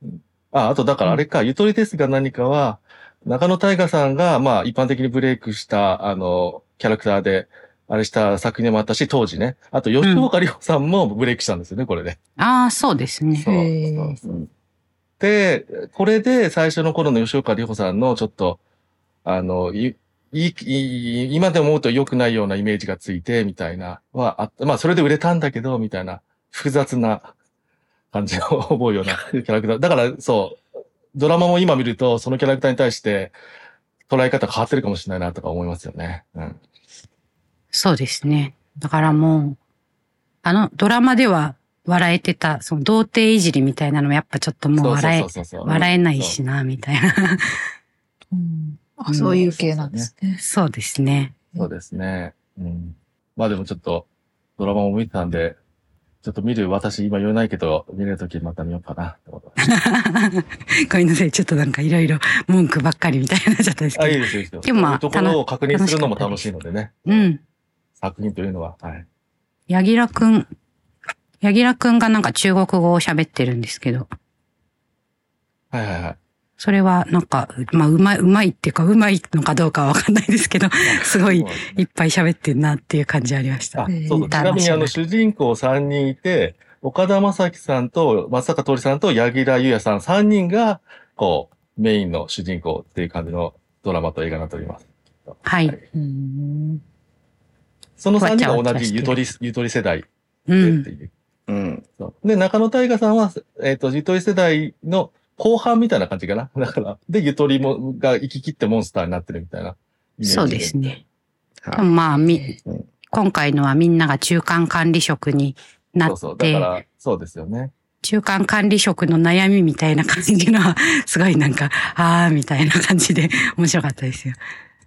[SPEAKER 2] うんあ、あとだからあれか、ゆとりですが何かは、中野大河さんが、まあ、一般的にブレイクした、あの、キャラクターで、あれした作品でもあったし、当時ね。あと、吉岡里帆さんもブレイクしたんですよね、これで。
[SPEAKER 3] ああ、そうですね。
[SPEAKER 2] そう
[SPEAKER 4] へー
[SPEAKER 2] そうそう
[SPEAKER 1] うん
[SPEAKER 2] って、これで最初の頃の吉岡里帆さんのちょっと、あの、い、い、い今で思うと良くないようなイメージがついて、みたいな、はあった。まあ、それで売れたんだけど、みたいな、複雑な感じを覚うようなキャラクター。だから、そう、ドラマも今見ると、そのキャラクターに対して、捉え方変わってるかもしれないな、とか思いますよね。うん。
[SPEAKER 3] そうですね。だからもう、あの、ドラマでは笑えてた、その童貞いじりみたいなのもやっぱちょっともう笑え、
[SPEAKER 2] そうそうそう
[SPEAKER 3] 笑えないし
[SPEAKER 2] な。
[SPEAKER 3] な、みたいな。
[SPEAKER 4] うんあ
[SPEAKER 3] うん
[SPEAKER 4] そういう系なんですね。
[SPEAKER 3] そうですね。
[SPEAKER 2] そうですね。うん。まあでもちょっと、ドラマも見てたんで、ちょっと見る私今言えないけど、見るときまた見ようかな、と思ってます。
[SPEAKER 3] ごめんなさい。ちょっとなんかいろいろ文句ばっかりみたいになっちゃったんで す
[SPEAKER 2] あ、いい
[SPEAKER 3] けど。
[SPEAKER 2] ですよ、いいですよ。
[SPEAKER 3] でもまあ
[SPEAKER 2] そういうところを確認するのも楽しいのでね。
[SPEAKER 3] うん。
[SPEAKER 2] 作品というのは、はい。
[SPEAKER 3] ヤギラくん、ヤギラくんがなんか中国語を喋ってるんですけど、
[SPEAKER 2] はいはいはい。
[SPEAKER 3] それはなんか、まあ、うまい、うまいっていうか、うまいのかどうかはわかんないですけど、 すごい
[SPEAKER 2] そうですね
[SPEAKER 3] いっぱい喋ってんなっていう感じありまし
[SPEAKER 2] あ
[SPEAKER 3] た。、
[SPEAKER 2] そうそう。ちなみにあの、
[SPEAKER 3] 楽し
[SPEAKER 2] 主人公3人いて、岡田将生さんと松坂桃李さんと柳楽優弥さん3人が、こう、メインの主人公っていう感じのドラマと映画になっております。
[SPEAKER 3] はい。
[SPEAKER 4] うん
[SPEAKER 2] その3人
[SPEAKER 3] わちゃわ
[SPEAKER 2] が同
[SPEAKER 3] ちゃして
[SPEAKER 2] じゆとり、ゆとり世代
[SPEAKER 3] う
[SPEAKER 2] でって
[SPEAKER 3] ん。
[SPEAKER 2] いう。
[SPEAKER 1] うん。
[SPEAKER 2] そうで、中野大河さんは、えっ、と、ゆとり世代の後半みたいな感じかな。だから、で、ゆとりも、が生き切ってモンスターになってるみたいなイメージ。
[SPEAKER 3] そうですね。でも
[SPEAKER 1] は
[SPEAKER 3] まあ、み
[SPEAKER 1] うん、
[SPEAKER 3] 今回のはみんなが中間管理職にな
[SPEAKER 2] そう
[SPEAKER 3] っ
[SPEAKER 2] そう。だか
[SPEAKER 3] て、
[SPEAKER 2] ら、そうですよね。
[SPEAKER 3] 中間管理職の悩みみたいな感じのは、 すごいなんか、あーみたいな感じで 面白かったですよ。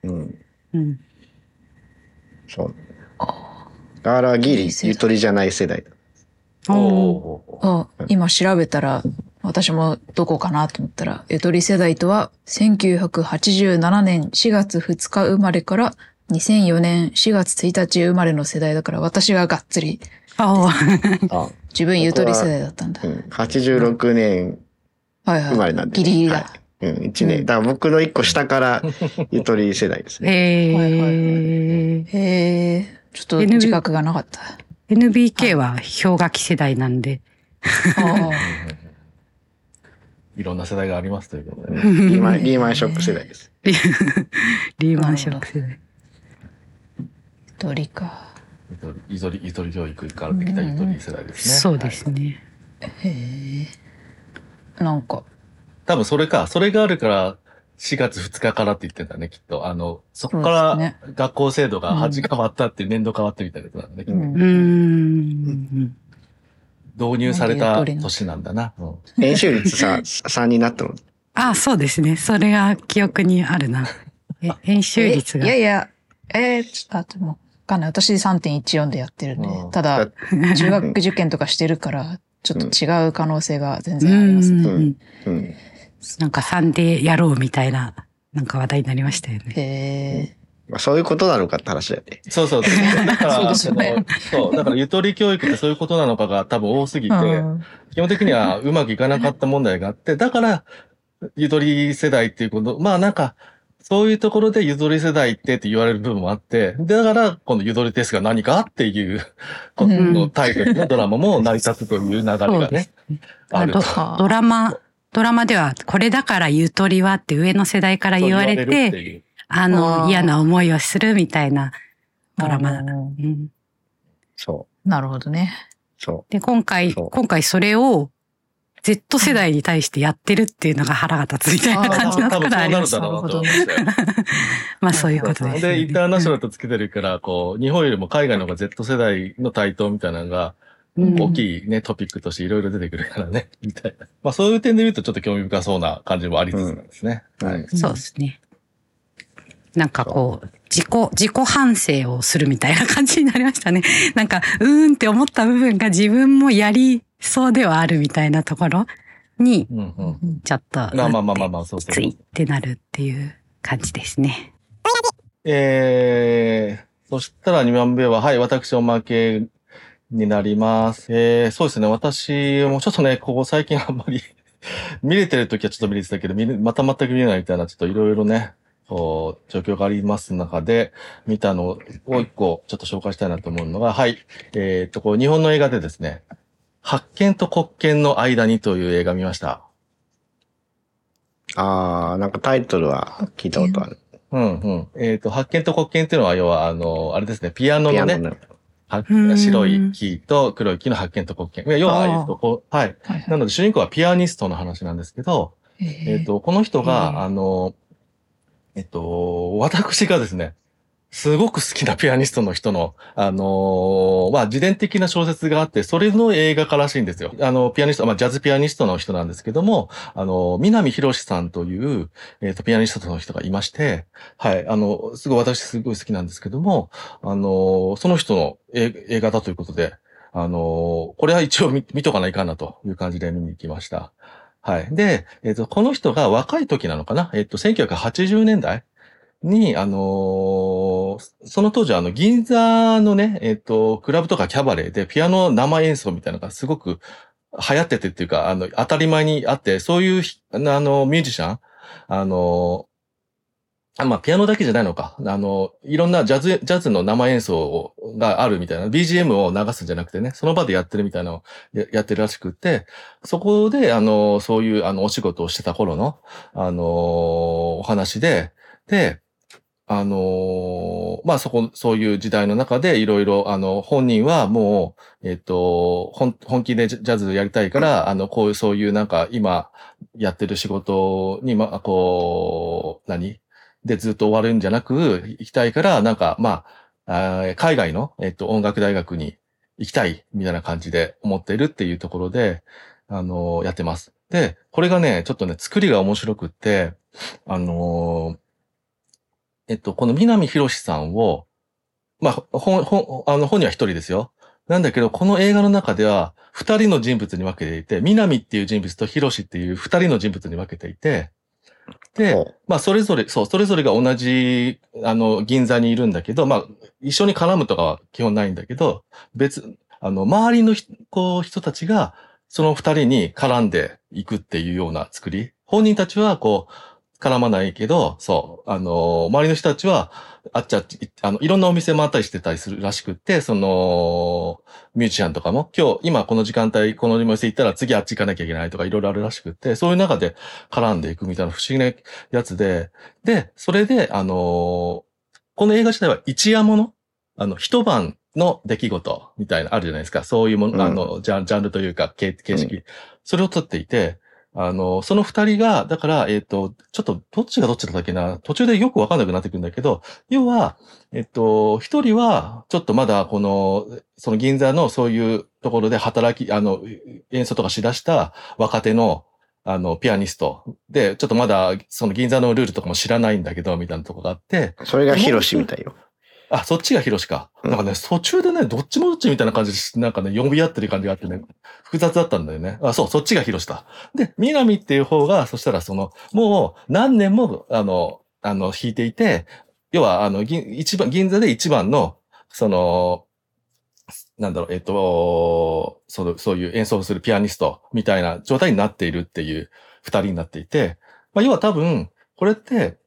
[SPEAKER 1] い。うん。
[SPEAKER 3] うん。
[SPEAKER 1] そう。だからギ
[SPEAKER 4] いい
[SPEAKER 1] リ
[SPEAKER 4] 世、代
[SPEAKER 1] ゆとりじゃない世代だ。
[SPEAKER 3] おー
[SPEAKER 2] おー
[SPEAKER 4] あ今調べたら、私もどこかなと思ったら、ゆとり世代とは、1987年4月2日生まれから、2004年4月1日生まれの世代だから、私ががっつり、
[SPEAKER 3] あー
[SPEAKER 1] あ、
[SPEAKER 4] 自分ゆとり世代だったんだ
[SPEAKER 1] う。ん。86年
[SPEAKER 4] はいはい。
[SPEAKER 1] 生まれなんで。
[SPEAKER 4] ギリギリだ。
[SPEAKER 1] はいうん、1
[SPEAKER 4] うん
[SPEAKER 1] 年。だから僕の1個下からゆとり世代です ね。
[SPEAKER 3] へ
[SPEAKER 4] はいはいはい
[SPEAKER 3] ー。
[SPEAKER 4] へえ、ちょっと
[SPEAKER 3] NB
[SPEAKER 4] 自覚がなか った。あ
[SPEAKER 3] NBK は氷河期世代なんで。
[SPEAKER 4] あ
[SPEAKER 2] いろんな世代がありますということでね。
[SPEAKER 1] リーマン、リーマンショック世代です。
[SPEAKER 3] リーマンショック世代。
[SPEAKER 4] ゆとりか。
[SPEAKER 2] ゆとりゆとり、ゆとり教育からできたゆとり世代ですね。
[SPEAKER 3] そうですね。
[SPEAKER 4] へえ。なんか、
[SPEAKER 2] はい多分それか、それがあるから、4月2日からって言ってたね、きっと。あの、そこ
[SPEAKER 4] そうで
[SPEAKER 2] か
[SPEAKER 4] す
[SPEAKER 2] ら学校制度が
[SPEAKER 4] うん
[SPEAKER 2] 8変わったっていう年度変わってみたいなことなんだね、きっ
[SPEAKER 1] う
[SPEAKER 2] と
[SPEAKER 1] ん
[SPEAKER 3] うーん。
[SPEAKER 2] 導入された
[SPEAKER 4] ゆとりの
[SPEAKER 2] 年なんだな。うん
[SPEAKER 1] 編集率さ、3になったの。
[SPEAKER 3] あ、そうですね。それが記憶にあるな。え、編集率が
[SPEAKER 4] えい。やいや、えー、ちょっと、あ、でも、わかんない。私3.14でやってるんで
[SPEAKER 2] うん、
[SPEAKER 4] ただ、中学受験とかしてるから、ちょっと違う可能性が全然ありま す
[SPEAKER 3] う
[SPEAKER 4] ね。
[SPEAKER 1] うんん。うん。
[SPEAKER 3] なんか3でやろうみたいな、なんか話題になりましたよね。
[SPEAKER 4] へ
[SPEAKER 1] まあ、そういうことなのかって話だよね。
[SPEAKER 2] そうそう。だか
[SPEAKER 4] そうで
[SPEAKER 2] ら、
[SPEAKER 4] す
[SPEAKER 2] そ
[SPEAKER 4] よね
[SPEAKER 2] のそう、だからゆとり教育ってそういうことなのかが多分多すぎ
[SPEAKER 4] え。
[SPEAKER 2] て、
[SPEAKER 4] うん
[SPEAKER 2] 基本的にはうまくいかなかった問題があって、だから、ゆとり世代っていうこと、まあなんか、そういうところでゆとり世代ってって言われる部分もあって、だから、このゆとりですが何かっていう、こ
[SPEAKER 4] うん
[SPEAKER 2] のタイトルのドラマも成り立つという流れ
[SPEAKER 3] そう
[SPEAKER 2] が
[SPEAKER 3] で
[SPEAKER 2] ね
[SPEAKER 3] す。。
[SPEAKER 2] ある
[SPEAKER 3] ド
[SPEAKER 2] と。
[SPEAKER 3] ドラマ、ドラマでは、これだからゆとりはって上の世代から言われ
[SPEAKER 2] そう
[SPEAKER 3] て、
[SPEAKER 2] いう
[SPEAKER 3] あ
[SPEAKER 4] あ
[SPEAKER 3] の、
[SPEAKER 4] ー
[SPEAKER 3] 嫌な思いをするみたいなドラマだ。
[SPEAKER 4] うん
[SPEAKER 3] うん
[SPEAKER 1] そ
[SPEAKER 4] なるほどね。
[SPEAKER 1] う。そ
[SPEAKER 3] で、今回、
[SPEAKER 1] そう
[SPEAKER 3] 今回それを Z 世代に対してやってるっていうのが腹が立つみたいな感じだったからありま
[SPEAKER 2] 多分
[SPEAKER 3] す。
[SPEAKER 2] そうなるだろうなと思いましたよ。
[SPEAKER 3] まあそういうことです、
[SPEAKER 2] で、インタ
[SPEAKER 3] ね。
[SPEAKER 2] ーナショナルとつけてるから、こう、日本よりも海外の方が Z 世代の台頭みたいなのが、
[SPEAKER 3] うん
[SPEAKER 2] 大きいね、トピックとしていろいろ出てくるからね、 みたいな。まあそういう点で見るとちょっと興味深そうな感じもありつつなんですね。
[SPEAKER 1] う。はい。
[SPEAKER 3] そうですね。なんかこう、自己、自己反省をするみたいな感じになりましたね。 なんか、うーんって思った部分が自分もやりそうではあるみたいなところに、
[SPEAKER 2] うんうん。
[SPEAKER 3] ちょっと、
[SPEAKER 2] まあまあまあまあまあ、そう
[SPEAKER 3] き
[SPEAKER 2] そう
[SPEAKER 3] ついってなるっていう感じですね。
[SPEAKER 2] えー、そしたら2番目は、はい、私おまけになります。えー、そうですね、私もちょっとね、ここ最近あんまり 見れてる時はちょっと見れてたけど、見れまた全く見れないみたいな、ちょっといろいろね、こう、状況があります中で、見たのを一個ちょっと紹介したいなと思うのが、はい、えーっと、こう、日本の映画でですね、発見と国権の間にという映画見ました。
[SPEAKER 1] ああ、なんかタイトルは聞いたことある。
[SPEAKER 2] うんうん。えっ、と、発見と黒見っていうのは、要は、あの、あれですね、ピアノ
[SPEAKER 1] ピア
[SPEAKER 2] の
[SPEAKER 1] ノ
[SPEAKER 2] ね、
[SPEAKER 1] の。
[SPEAKER 2] は
[SPEAKER 3] うん
[SPEAKER 2] 白い木と黒い木の発見と黒見。いや要は、
[SPEAKER 4] あ
[SPEAKER 2] え
[SPEAKER 4] ー
[SPEAKER 2] っと、こう、はい。
[SPEAKER 4] はいは。
[SPEAKER 2] ないので、主人公はピアニストの話なんですけど、えっ、
[SPEAKER 4] えー、
[SPEAKER 2] と、この人が、
[SPEAKER 4] うん
[SPEAKER 2] あの、えっ、と、私がですね、すごく好きなピアニストの人の、あのーまあ、自伝的な小説があって、それの映画化らしいんですよ。あの、ピアニスト、まあ、ジャズピアニストの人なんですけども、あの、南博さんという、えっ、と、ピアニストの人がいまして、はい、あの、すごい私すごい好きなんですけども、あの、その人の映映画だということで、あの、これは一応見見とかないかなという感じで見に行きました。はい。で、えっ、と、この人が若い時なのかなえっ、と、1980年代に、あのーその当時、あの、銀座のね、えっ、と、クラブとかキャバレーでピアノ生演奏みたいなのがすごく流行っててっていうか、あの、当たり前にあって、そういうひ、あの、ミュージシャン、あのーあまあ、ピアノだけじゃないのか。あの、いろんなジャズ、ジャズの生演奏をがあるみたいな、BGM を流すんじゃなくてね、その場でやってるみたいなのをややってるらしくて、そこで、あの、そういう、あの、お仕事をしてた頃の、あの、お話で、で、あの、まあ、そこ、そういう時代の中で、いろいろ、あの、本人はもう、えっと、本本気でジャジャズやりたいから、あの、こういう、そういう、なんか、今、やってる仕事に、まあ、こう、何で、ずっと終わるんじゃなく、行きたいから、なんか、まあ、あー海外の、えっと、音楽大学に行きたい、みたいな感じで思っているっていうところで、あのやってます。で、これがね、ちょっとね、作りが面白くって、あのーえっと、この南博さんを、まあ、本、本、あの、本には一人ですよ。なんだけど、この映画の中では、二人の人物に分けていて、南っていう人物と博っていう二人の人物に分けていて、で、
[SPEAKER 1] ほう
[SPEAKER 2] まあ、それぞれ、そう、それぞれが同じ、あの、銀座にいるんだけど、まあ、一緒に絡むとかは基本ないんだけど、別、あの、周りのひこう、人たちが、その二人に絡んでいくっていうような作り。本人たちは、こう、絡まないけど、そう、あの、周りの人たちは、あっちあっち、あの、いろんなお店回ったりしてたりするらしくって、その、ミュージシャンとかも、今日、今この時間帯、このお店行ったら次あっち行かなきゃいけないとかいろいろあるらしくって、そういう中で絡んでいくみたいな不思議なやつで、で、それで、あのーこの映画自体は一夜ものあの、一晩の出来事みたいな、あるじゃないですか。そういうもの、
[SPEAKER 1] うん
[SPEAKER 2] あの、ジャンジャンルというか、形形式。それを撮っていて、あの、その二人が、だから、えっ、と、ちょっと、どっちがどっちだったっけな、途中でよくわかんなくなってくるんだけど、要は、えっと、一人は、ちょっとまだ、この、その銀座のそういうところで働き、あの、演奏とかしだした若手の、あの、ピアニスト。で、ちょっとまだ、その銀座のルールとかも知らないんだけど、みたいなとこがあって、
[SPEAKER 1] それがヒロシみたいよ。
[SPEAKER 2] あ、そっちがヒロシか。
[SPEAKER 1] うん
[SPEAKER 2] なんかね、途中でね、どっちもどっちみたいな感じで、なんかね、呼び合ってる感じがあってね、複雑だったんだよね。あ、そう、そっちがヒロシだ。で、南っていう方が、そしたらその、もう何年も、あの、あの、弾いていて、要は、あの、銀、一番、銀座で一番の、その、なんだろう、えっと、その、そういう演奏するピアニストみたいな状態になっているっていう二人になっていて、まあ、要は多分、これって、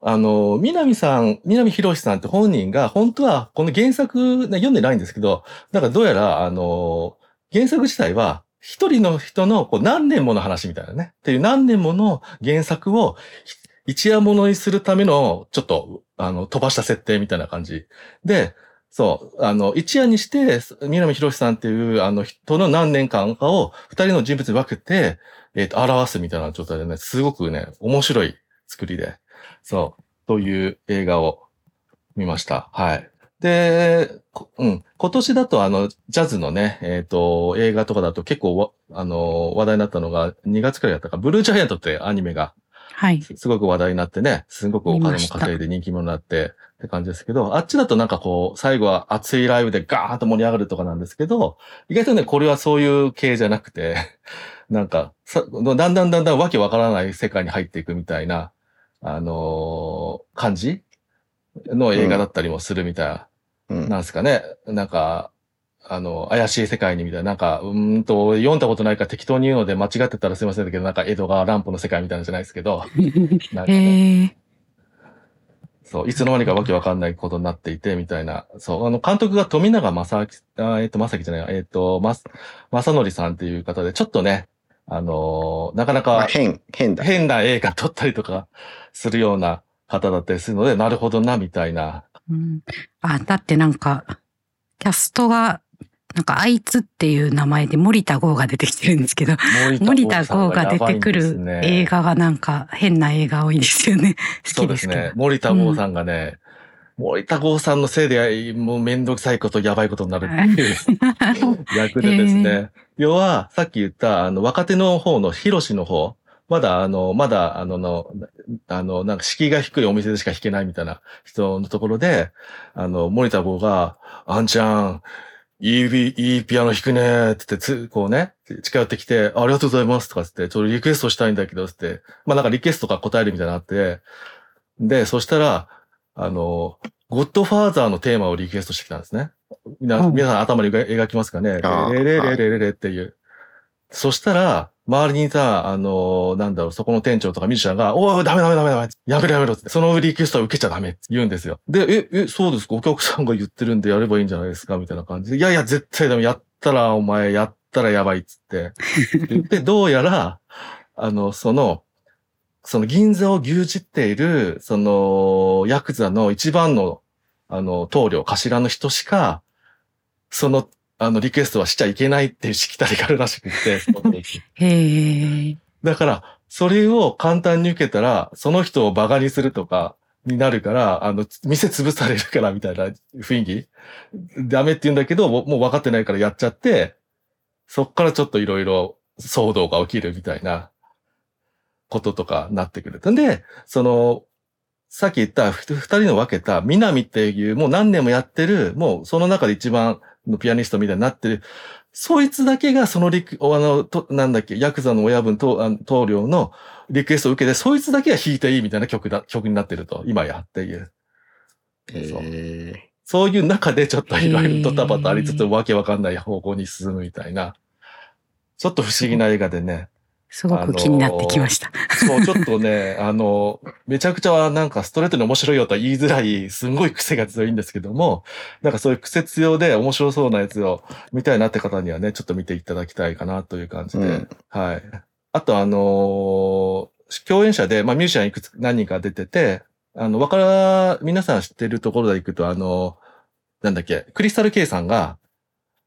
[SPEAKER 2] あの、南さん、南博さんって本人が、本当は、この原作、ね、読んでないんですけど、だからどうやら、あの、原作自体は、一人の人のこう何年もの話みたいなね。っていう何年もの原作をひ一夜物にするための、ちょっと、あの、飛ばした設定みたいな感じ。で、そう、あの、一夜にして、南博さんっていう、あの、人の何年間かを二人の人物に分けて、えっ、と、表すみたいな状態でね、すごくね、面白い作りで、そう、という映画を見ました。はい。で、こうん、今年だとあの、ジャズのね、えっ、と、映画とかだと結構わ、あの、話題になったのが2月くらいだったか、ブルージャイアントってアニメが
[SPEAKER 3] はい。
[SPEAKER 2] すごく話題になってね、すごくお金
[SPEAKER 3] 見ま
[SPEAKER 2] も
[SPEAKER 3] した
[SPEAKER 2] 稼いで人気者になってって感じですけど、あっちだとなんかこう、最後は熱いライブでガーンと盛り上がるとかなんですけど、意外とね、これはそういう系じゃなくて、 なんかさ、だんだんだんだんわけわからない世界に入っていくみたいな、あのー感じの映画だったりもするみたいな。
[SPEAKER 1] うん。
[SPEAKER 2] なんですかね、なんか、あの、怪しい世界にみたいな、なんか、うーんと、読んだことないから適当に言うので間違ってたらすいませんだけど、なんか江戸川乱歩の世界みたいなんじゃないですけ ど、なんかね
[SPEAKER 3] えー、
[SPEAKER 2] そう、いつの間にかわけわかんないことになっていて、みたいな。そう、あの、監督が富永正明、あえっ、と、正明じゃない、えっ、と、ま、正則さんっていう方で、ちょっとね、あのーなかな
[SPEAKER 1] まあ
[SPEAKER 2] か
[SPEAKER 1] 変、変だ。
[SPEAKER 2] 変な映画撮ったりとかするような方だったりするので、なるほどな、みたいな。
[SPEAKER 3] うん。あ、だってなんか、キャストが、なんかあいつっていう名前で森田剛が出てきてるんですけど、森田剛が出てくる映画がなんか変な映画多いですよね。
[SPEAKER 2] そう
[SPEAKER 3] 好き
[SPEAKER 2] で
[SPEAKER 3] ですすけど。
[SPEAKER 2] ね。森田剛さんがね、森田剛さんのせいで、もうめんどくさいこと、やばいことになるっていう 役でですね。
[SPEAKER 3] へ
[SPEAKER 2] 要は、さっき言った、あの、若手の方のヒロシの方、まだ、あの、まだ、あの、のあの、なんか敷居が低いお店でしか弾けないみたいな人のところで、あの、森田剛が、あんちゃん、いいビ、いいピアノ弾くねーって言って、つ、こうね、近寄ってきて、ありがとうございますとかつって、ちょっとリクエストしたいんだけど、つって、まあなんかリクエストが答えるみたいなのあって、で、そしたら、あの、ゴッドファーザーのテーマをリクエストしてきたんですね。みな
[SPEAKER 3] うん
[SPEAKER 2] 皆さん頭に浮か描きますかね。
[SPEAKER 1] あー
[SPEAKER 2] レレレレレレレっていう。そしたら、周りにいた、あの、なんだろう、そこの店長とかミュージシャンが、おい、ダメダメダメダメ、やめろやめろって、そのリクエストは受けちゃダメって言うんですよ。で、え、え、そうですか、お客さんが言ってるんでやればいいんじゃないですか、みたいな感じで、いやいや、絶対ダメ、やったらお前、やったらやばいっつって。で、どうやら、あの、その、その銀座を牛耳っている、その、ヤクザの一番の、あの、棟梁、頭の人しか、その、あの、リクエストはしちゃいけないっていうしきたりがあるらしくって、
[SPEAKER 3] へえ。
[SPEAKER 2] だから、それを簡単に受けたら、その人を馬鹿にするとか、になるから、あの、店潰されるから、みたいな雰囲気。ダメって言うんだけど、もうもう分かってないからやっちゃって、そっからちょっといろいろ騒動が起きるみたいなこととかなってくる。んで、その、さっき言ったふ二人の分けた、南っていう、もう何年もやってる、もうその中で一番のピアニストみたいになってるそいつだけがそのリク、あの、と、なんだっけ、ヤクザの親分と、あの棟梁のリクエストを受けて、そいつだけが弾いていいみたいな曲だ、曲になってると、今やっていう。
[SPEAKER 1] ええ
[SPEAKER 2] そういう中でちょっといろいろドタバタありつつ、
[SPEAKER 3] へー
[SPEAKER 2] わけわかんない方向に進むみたいな。ちょっと不思議な映画でね。
[SPEAKER 3] すごく気になってきました。
[SPEAKER 2] そう、ちょっ とね、あの、めちゃくちゃなんかストレートに面白いよとは言いづらい、すんごい癖が強いんですけども、なんかそういう癖強で面白そうなやつを見たいなって方にはね、ちょっと見ていただきたいかなという感じで。
[SPEAKER 1] うん
[SPEAKER 2] はい。あとあのー共演者で、まあミュージシャンいくつ、何人か出てて、あの、わから、皆さん知ってるところで行くと、あのなんだっけ、クリスタル K さんが、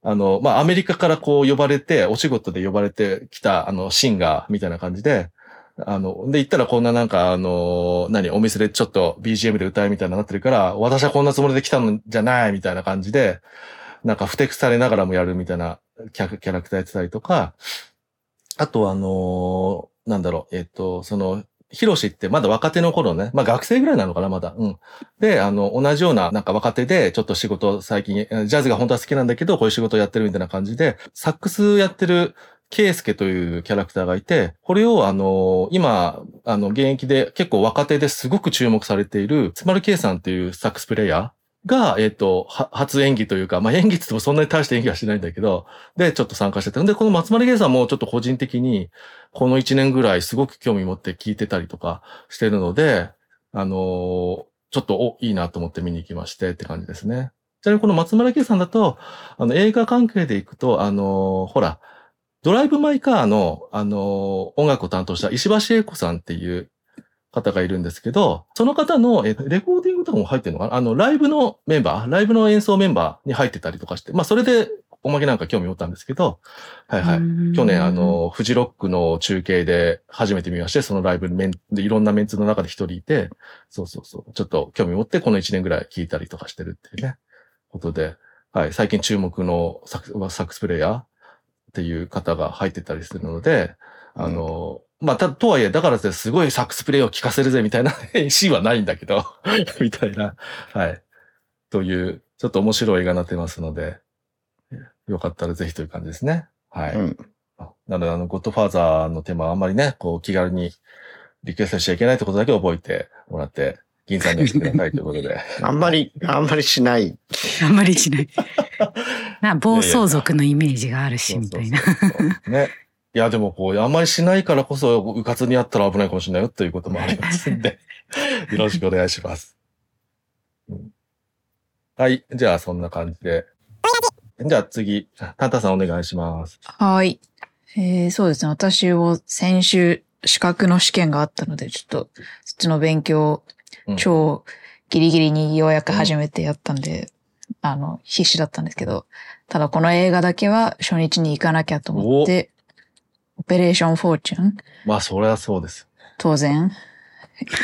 [SPEAKER 2] あの、まあ、アメリカからこう呼ばれて、お仕事で呼ばれてきた、あの、シンガーみたいな感じで、あの、で、行ったらこんななんか、あの、何、お店でちょっと BGM で歌えみたいになってるから、私はこんなつもりで来たんじゃないみたいな感じで、なんか、ふてくされながらもやるみたいなキャキャラクターやってたりとか、あとはあのーなんだろう、えっと、その、ヒロシってまだ若手の頃ね、まあ学生ぐらいなのかな、まだ。うん。で、あの、同じような、なんか若手で、ちょっと仕事最近、えジャズが本当は好きなんだけど、こういう仕事をやってるみたいな感じで、サックスやってる、ケイスケというキャラクターがいて、これをあの、今、あの、現役で結構若手ですごく注目されている、つまるケイさんっていうサックスプレイヤーが、えっ、と、は初演技というか、まあ演技って言ってもそんなに大して演技はしないんだけど、で、ちょっと参加してた。んで、この松丸圭さんもちょっと個人的に、この1年ぐらいすごく興味持って聞いてたりとかしてるので、あのーちょっと、お、いいなと思って見に行きましてって感じですね。ちなみにこの松丸圭さんだと、あの、映画関係で行くと、あのーほら、ドライブ・マイ・カーの、あのー音楽を担当した石橋英子さんっていう方がいるんですけど、その方の、えーレコーディングとかも入ってるのかなあの、ライブのメンバー、ライブの演奏メンバーに入ってたりとかして、まあ、それで、おまけなんか興味持ったんですけど、はいはい。去年、あの、フジロックの中継で初めて見まして、そのライブメン、でいろんなメンツの中で一人いて、そうそうそう、ちょっと興味持ってこの1年ぐらい聞いたりとかしてるっていうね、ことで、はい、最近注目のサックサックスプレイヤーっていう方が入ってたりするので、あの、まあ、た、とはいえ、だからってすごいサックスプレイを聴かせるぜみたいな シーンはないんだけど、 みたいな、はい、という、ちょっと面白い映画になってますので、よかったらぜひという感じですね。はい。
[SPEAKER 1] うん。
[SPEAKER 2] なので、あの、ゴッドファーザーのテーマはあんまりね、こう、気軽にリクエストしちゃいけないってことだけ覚えてもらって、銀さんに来てくださいという ことで。
[SPEAKER 1] あんまり、あんまりしない。
[SPEAKER 3] あんまり しない。な暴走族のイメージがあるし、みたいな。
[SPEAKER 2] そうそうそうそうね。いや、でもこう、あんまりしないからこそ、うかつにやったら危ないかもしれないよということもありますん で、よろしくお願いします。うんはい。じゃあ、そんな感じで。じゃあ次、タンタさんお願いします。
[SPEAKER 4] はい。えーそうですね。私は先週資格の試験があったので、ちょっとそっちの勉強
[SPEAKER 2] うん
[SPEAKER 4] 超ギリギリにようやく始めてやったんで、あの、必死だったんですけど、ただこの映画だけは初日に行かなきゃと思って、オペレーションフォーチュン、
[SPEAKER 2] まあ、それはそうです。
[SPEAKER 4] 当然、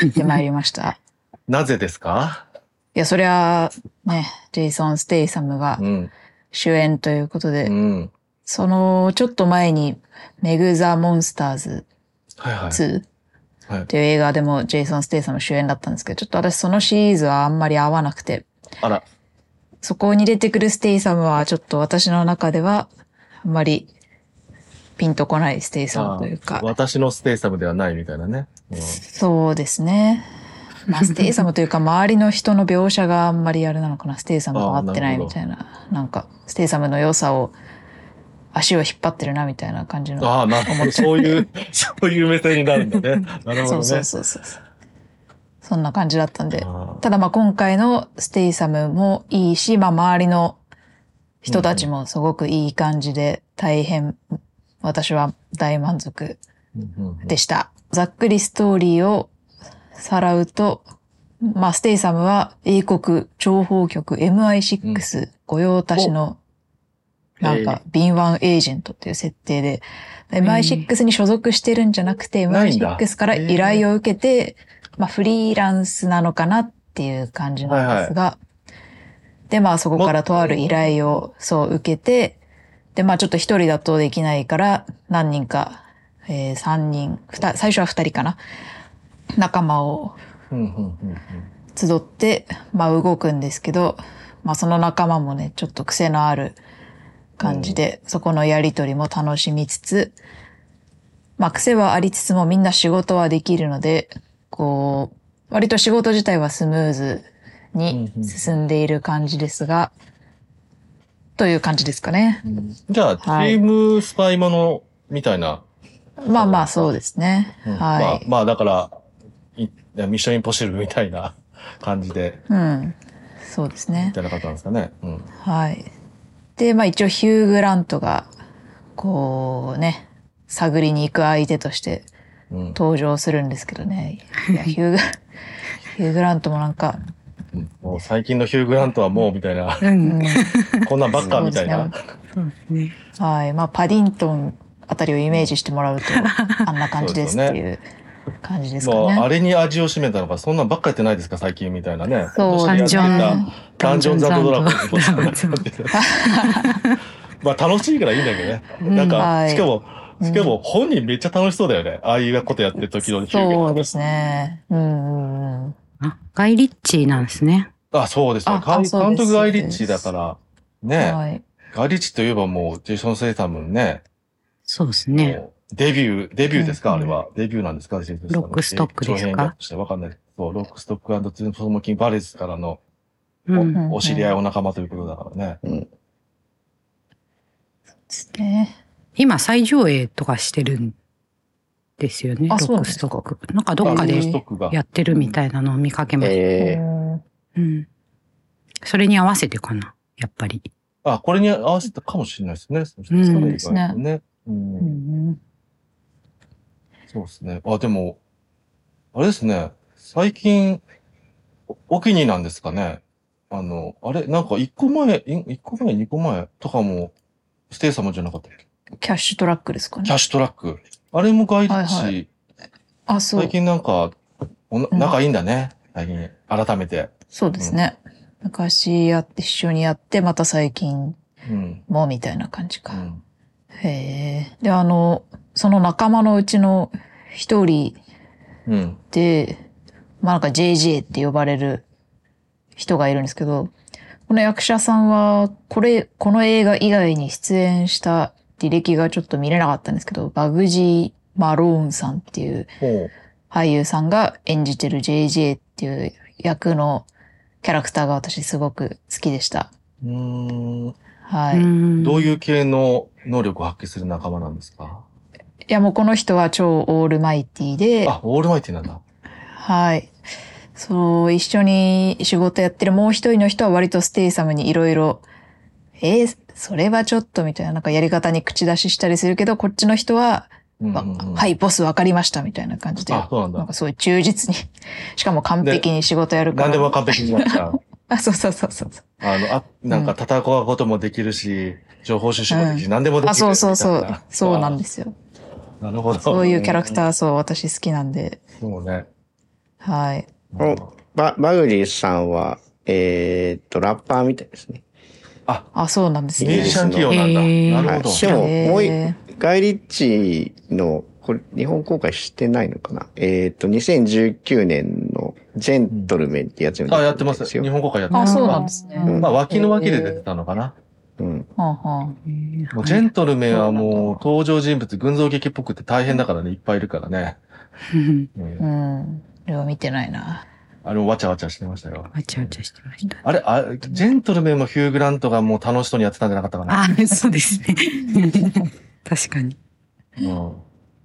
[SPEAKER 4] 行ってまいりました。
[SPEAKER 2] なぜですか
[SPEAKER 4] いや、そりゃ、ね、ジェイソン・ステイサムが
[SPEAKER 2] うん。
[SPEAKER 4] 主演ということで、
[SPEAKER 2] うん。
[SPEAKER 4] その、ちょっと前に、メグ・ザ・モンスターズ
[SPEAKER 2] はいはい。
[SPEAKER 4] 2
[SPEAKER 2] はい
[SPEAKER 4] っていう映画でもジェイソン・ステイサム主演だったんですけど、ちょっと私そのシリーズはあんまり合わなくて、
[SPEAKER 2] あら。
[SPEAKER 4] そこに出てくるステイサムはちょっと私の中ではあんまりピンとこないステイサムという
[SPEAKER 2] あ
[SPEAKER 4] か
[SPEAKER 2] ー、私のステイサムではないみたいなね。うん
[SPEAKER 4] そうですね。まあ、ステイサムというか、周りの人の描写があんまりあれなのかな。ステイサムと合ってないみたいな。なんか、ステイサムの良さを、足を引っ張ってるなみたいな感じの。
[SPEAKER 2] ああ、なるほど。そう いう、そういう目線になるんだね。なるほどね。
[SPEAKER 4] そうそうそうそう。そんな感じだったんで。
[SPEAKER 2] あー
[SPEAKER 4] ただまあ今回のステイサムもいいし、まあ周りの人たちもすごくいい感じで、大変、私は大満足
[SPEAKER 2] うんうんうん
[SPEAKER 4] でした。ざっくりストーリーをさらうと、まあ、ステイサムは英国情報局 MI6 御用達の、なんか、敏腕エージェントっていう設定で、MI6 に所属してるんじゃなくて、
[SPEAKER 2] ないんだ
[SPEAKER 4] MI6 から依頼を受けて、まあ、フリーランスなのかなっていう感じなんですが、で、まあ、そこからとある依頼を、そう、受けて、で、まあちょっと一人だとできないから、何人か、えー、三人、二、最初は二人かな。仲間を
[SPEAKER 2] うんうんうんうん
[SPEAKER 4] 集って、まあ動くんですけど、まあその仲間もね、ちょっと癖のある感じで、そこのやりとりも楽しみつつ、まあ癖はありつつもみんな仕事はできるので、こう、割と仕事自体はスムーズに進んでいる感じですが、という感じですかね。
[SPEAKER 2] じゃあ、チ
[SPEAKER 4] はい
[SPEAKER 2] ームスパイものみたいな。
[SPEAKER 4] まあまあそうですね。
[SPEAKER 2] うん
[SPEAKER 4] は
[SPEAKER 2] まあ、まあ、だから、いミッションインポッシブルみたいな感じで、
[SPEAKER 4] い。うん。そうです
[SPEAKER 2] み
[SPEAKER 4] ね。
[SPEAKER 2] たいな方なんですかね。うん。
[SPEAKER 4] はい。で、まあ一応ヒュー・グラントが、こうね、探りに行く相手として
[SPEAKER 2] うん。
[SPEAKER 4] 登場するんですけどね。いや、ヒューグ、ヒュー・グラントもなんか、
[SPEAKER 2] うんもう最近のヒュー・グラントはもうみたいな、
[SPEAKER 4] うん、
[SPEAKER 2] こんなんばっかみたい
[SPEAKER 4] そう
[SPEAKER 2] な
[SPEAKER 4] で。
[SPEAKER 3] そうですね。
[SPEAKER 4] はい。まあパディントンあたりをイメージしてもらうと、あんな感じですっていう感じですか
[SPEAKER 2] もう、あ
[SPEAKER 4] ね。
[SPEAKER 2] れに味を占めたのか、そんなんばっかやってないですか、最近みたいなね。
[SPEAKER 4] そう
[SPEAKER 2] 今
[SPEAKER 3] ダン
[SPEAKER 2] 年
[SPEAKER 3] ジ
[SPEAKER 2] やって
[SPEAKER 3] ョ
[SPEAKER 2] た
[SPEAKER 3] ン。
[SPEAKER 2] ダンジョンズドラゴンズもそんな感じでまあ楽しいからいいんだけどね。なん
[SPEAKER 4] うんは
[SPEAKER 2] か、
[SPEAKER 4] い
[SPEAKER 2] しかも、
[SPEAKER 4] うん
[SPEAKER 2] しかも本人めっちゃ楽しそうだよね。ああいうことやってる時のヒューグラント
[SPEAKER 4] そうですね。うんうんうん。
[SPEAKER 3] あガイリッチーなんですね。
[SPEAKER 2] あ、そうですね。
[SPEAKER 4] あ
[SPEAKER 2] か
[SPEAKER 4] あ
[SPEAKER 2] ん
[SPEAKER 4] そう
[SPEAKER 2] 監
[SPEAKER 4] です
[SPEAKER 2] 督ガイリッチーだから、ね、
[SPEAKER 4] はい。
[SPEAKER 2] ガイリッチーといえばもう、ジェイソン・セイタムね、
[SPEAKER 3] そうですね。
[SPEAKER 2] もうデビュー、デビューですか、
[SPEAKER 4] うん
[SPEAKER 2] あれは。デビューなんですかジェイソン・
[SPEAKER 3] ロックストックですか
[SPEAKER 2] 長編映画としてわかんない。そう、ロックストックツーフォーモキン・バレスからの
[SPEAKER 3] うん。
[SPEAKER 4] うん
[SPEAKER 2] お知り合いお仲間ということだからね。
[SPEAKER 4] ですね。
[SPEAKER 3] 今、再上映とかしてるんですよね。ロ
[SPEAKER 4] あそ
[SPEAKER 3] ッ
[SPEAKER 4] うなん
[SPEAKER 3] ク
[SPEAKER 4] です
[SPEAKER 3] ス
[SPEAKER 4] か
[SPEAKER 3] トック。なんかどっ
[SPEAKER 2] あ
[SPEAKER 3] か
[SPEAKER 2] ロックスト
[SPEAKER 3] で
[SPEAKER 2] ックが。
[SPEAKER 3] やってるみたいなのを見かけます。
[SPEAKER 1] えー
[SPEAKER 4] うん
[SPEAKER 3] うん。それに合わせてかな。やっぱり。
[SPEAKER 2] あ、これに合わせたかもしれないですね。そう
[SPEAKER 3] うんそう
[SPEAKER 4] ですね
[SPEAKER 2] ね。うん
[SPEAKER 4] うん
[SPEAKER 2] そうですね。あ、でも、あれですね。最近、おお気になんですかね。あの、あれ、なんか1個前、い1個前、2個前とかも、ステイ様じゃなかったっけ
[SPEAKER 4] キャッシュトラックですか
[SPEAKER 2] キャ
[SPEAKER 4] ね
[SPEAKER 2] ッ。シュトラック。あれも外立し、
[SPEAKER 4] はいはあ、そう
[SPEAKER 2] 最。近なんか、おな
[SPEAKER 4] うん
[SPEAKER 2] 仲いいんだね。最近、改めて。
[SPEAKER 4] そうですね。昔やって、一緒にやって、また最近
[SPEAKER 2] うん。
[SPEAKER 4] もみたいな感じ
[SPEAKER 2] う
[SPEAKER 4] か。
[SPEAKER 2] ん。
[SPEAKER 4] へえ。で、あの、その仲間のうちの一人
[SPEAKER 2] うん。
[SPEAKER 4] で、まあなんか JJ って呼ばれる人がいるんですけど、この役者さんは、これ、この映画以外に出演した履歴がちょっと見れなかったんですけど、バグジー・マローンさんっていう
[SPEAKER 2] ほ
[SPEAKER 4] 俳優さんが演じてる JJ っていう役のキャラクターが私すごく好きでした。
[SPEAKER 2] う。うーん。
[SPEAKER 4] はい。
[SPEAKER 3] う
[SPEAKER 4] い
[SPEAKER 3] ん
[SPEAKER 2] どういう系の能力を発揮する仲間なんですか
[SPEAKER 4] やもうこの人は超オールマイティで、
[SPEAKER 2] あ、オールマイティなんだ。
[SPEAKER 4] はい。そう、一緒に仕事やってるもう一人の人は割とステイサムにいろいろえーそれはちょっとみたいな、なんかやり方に口出ししたりするけど、こっちの人は、
[SPEAKER 2] うん
[SPEAKER 4] わ
[SPEAKER 2] うんうん
[SPEAKER 4] はい、ボスわかりましたみたいな感じで、
[SPEAKER 2] あ、そうなん
[SPEAKER 4] なん
[SPEAKER 2] だ
[SPEAKER 4] か。すごい忠実に、しかも完璧に仕事やるから。
[SPEAKER 2] 何でも完璧になっちゃ う。
[SPEAKER 4] あ、そうそうそうそう。
[SPEAKER 2] あの、あ、なんか叩こうこともできるし、情報収集もできるし、何でもできる。。
[SPEAKER 4] あ、そうそうそう。そうなんですすよ。
[SPEAKER 2] なるほど。
[SPEAKER 4] そういうキャラクター、そう、私好きなんで。
[SPEAKER 2] ー。そうね。
[SPEAKER 4] はい。
[SPEAKER 1] おババグリーさんは、えーっと、ラッパーみたいですね。
[SPEAKER 2] あ、
[SPEAKER 4] あ、そうなんです
[SPEAKER 2] ミュ
[SPEAKER 1] いい
[SPEAKER 2] ー
[SPEAKER 1] で
[SPEAKER 2] ジ
[SPEAKER 1] す
[SPEAKER 2] シ
[SPEAKER 4] ね。
[SPEAKER 2] ャン企業なんだ。
[SPEAKER 3] へー
[SPEAKER 2] なるほど。
[SPEAKER 1] はいでももうい
[SPEAKER 4] へ
[SPEAKER 1] ガイリッチーの、これ、日本公開してないのかなえーっと、2019年のジェントルメンってやつに
[SPEAKER 2] あ、やってま
[SPEAKER 1] 出
[SPEAKER 2] す。
[SPEAKER 1] るみ
[SPEAKER 2] 日
[SPEAKER 1] たい
[SPEAKER 2] 本公開やって
[SPEAKER 4] ー
[SPEAKER 2] ま
[SPEAKER 4] あ、
[SPEAKER 2] す。
[SPEAKER 4] そうなんですね。
[SPEAKER 1] うん
[SPEAKER 2] まあ、脇の脇で出てたのかな。
[SPEAKER 1] ですよ。うん。
[SPEAKER 4] はあは
[SPEAKER 2] もうジェントルメンはもう登場人物、群像劇っぽくて大変だからね、いっぱいいるからね。
[SPEAKER 3] うん
[SPEAKER 2] うん
[SPEAKER 4] あうん。これは見てないな。
[SPEAKER 2] あれもわちゃわちゃしてましたよ。
[SPEAKER 3] わちゃわちゃしてました。
[SPEAKER 2] あれ、あジェントルメンもヒュー・グラントがもう楽しそうにやってたんじゃなかったかな。
[SPEAKER 3] あ、そうですね。 確かに。
[SPEAKER 2] うん、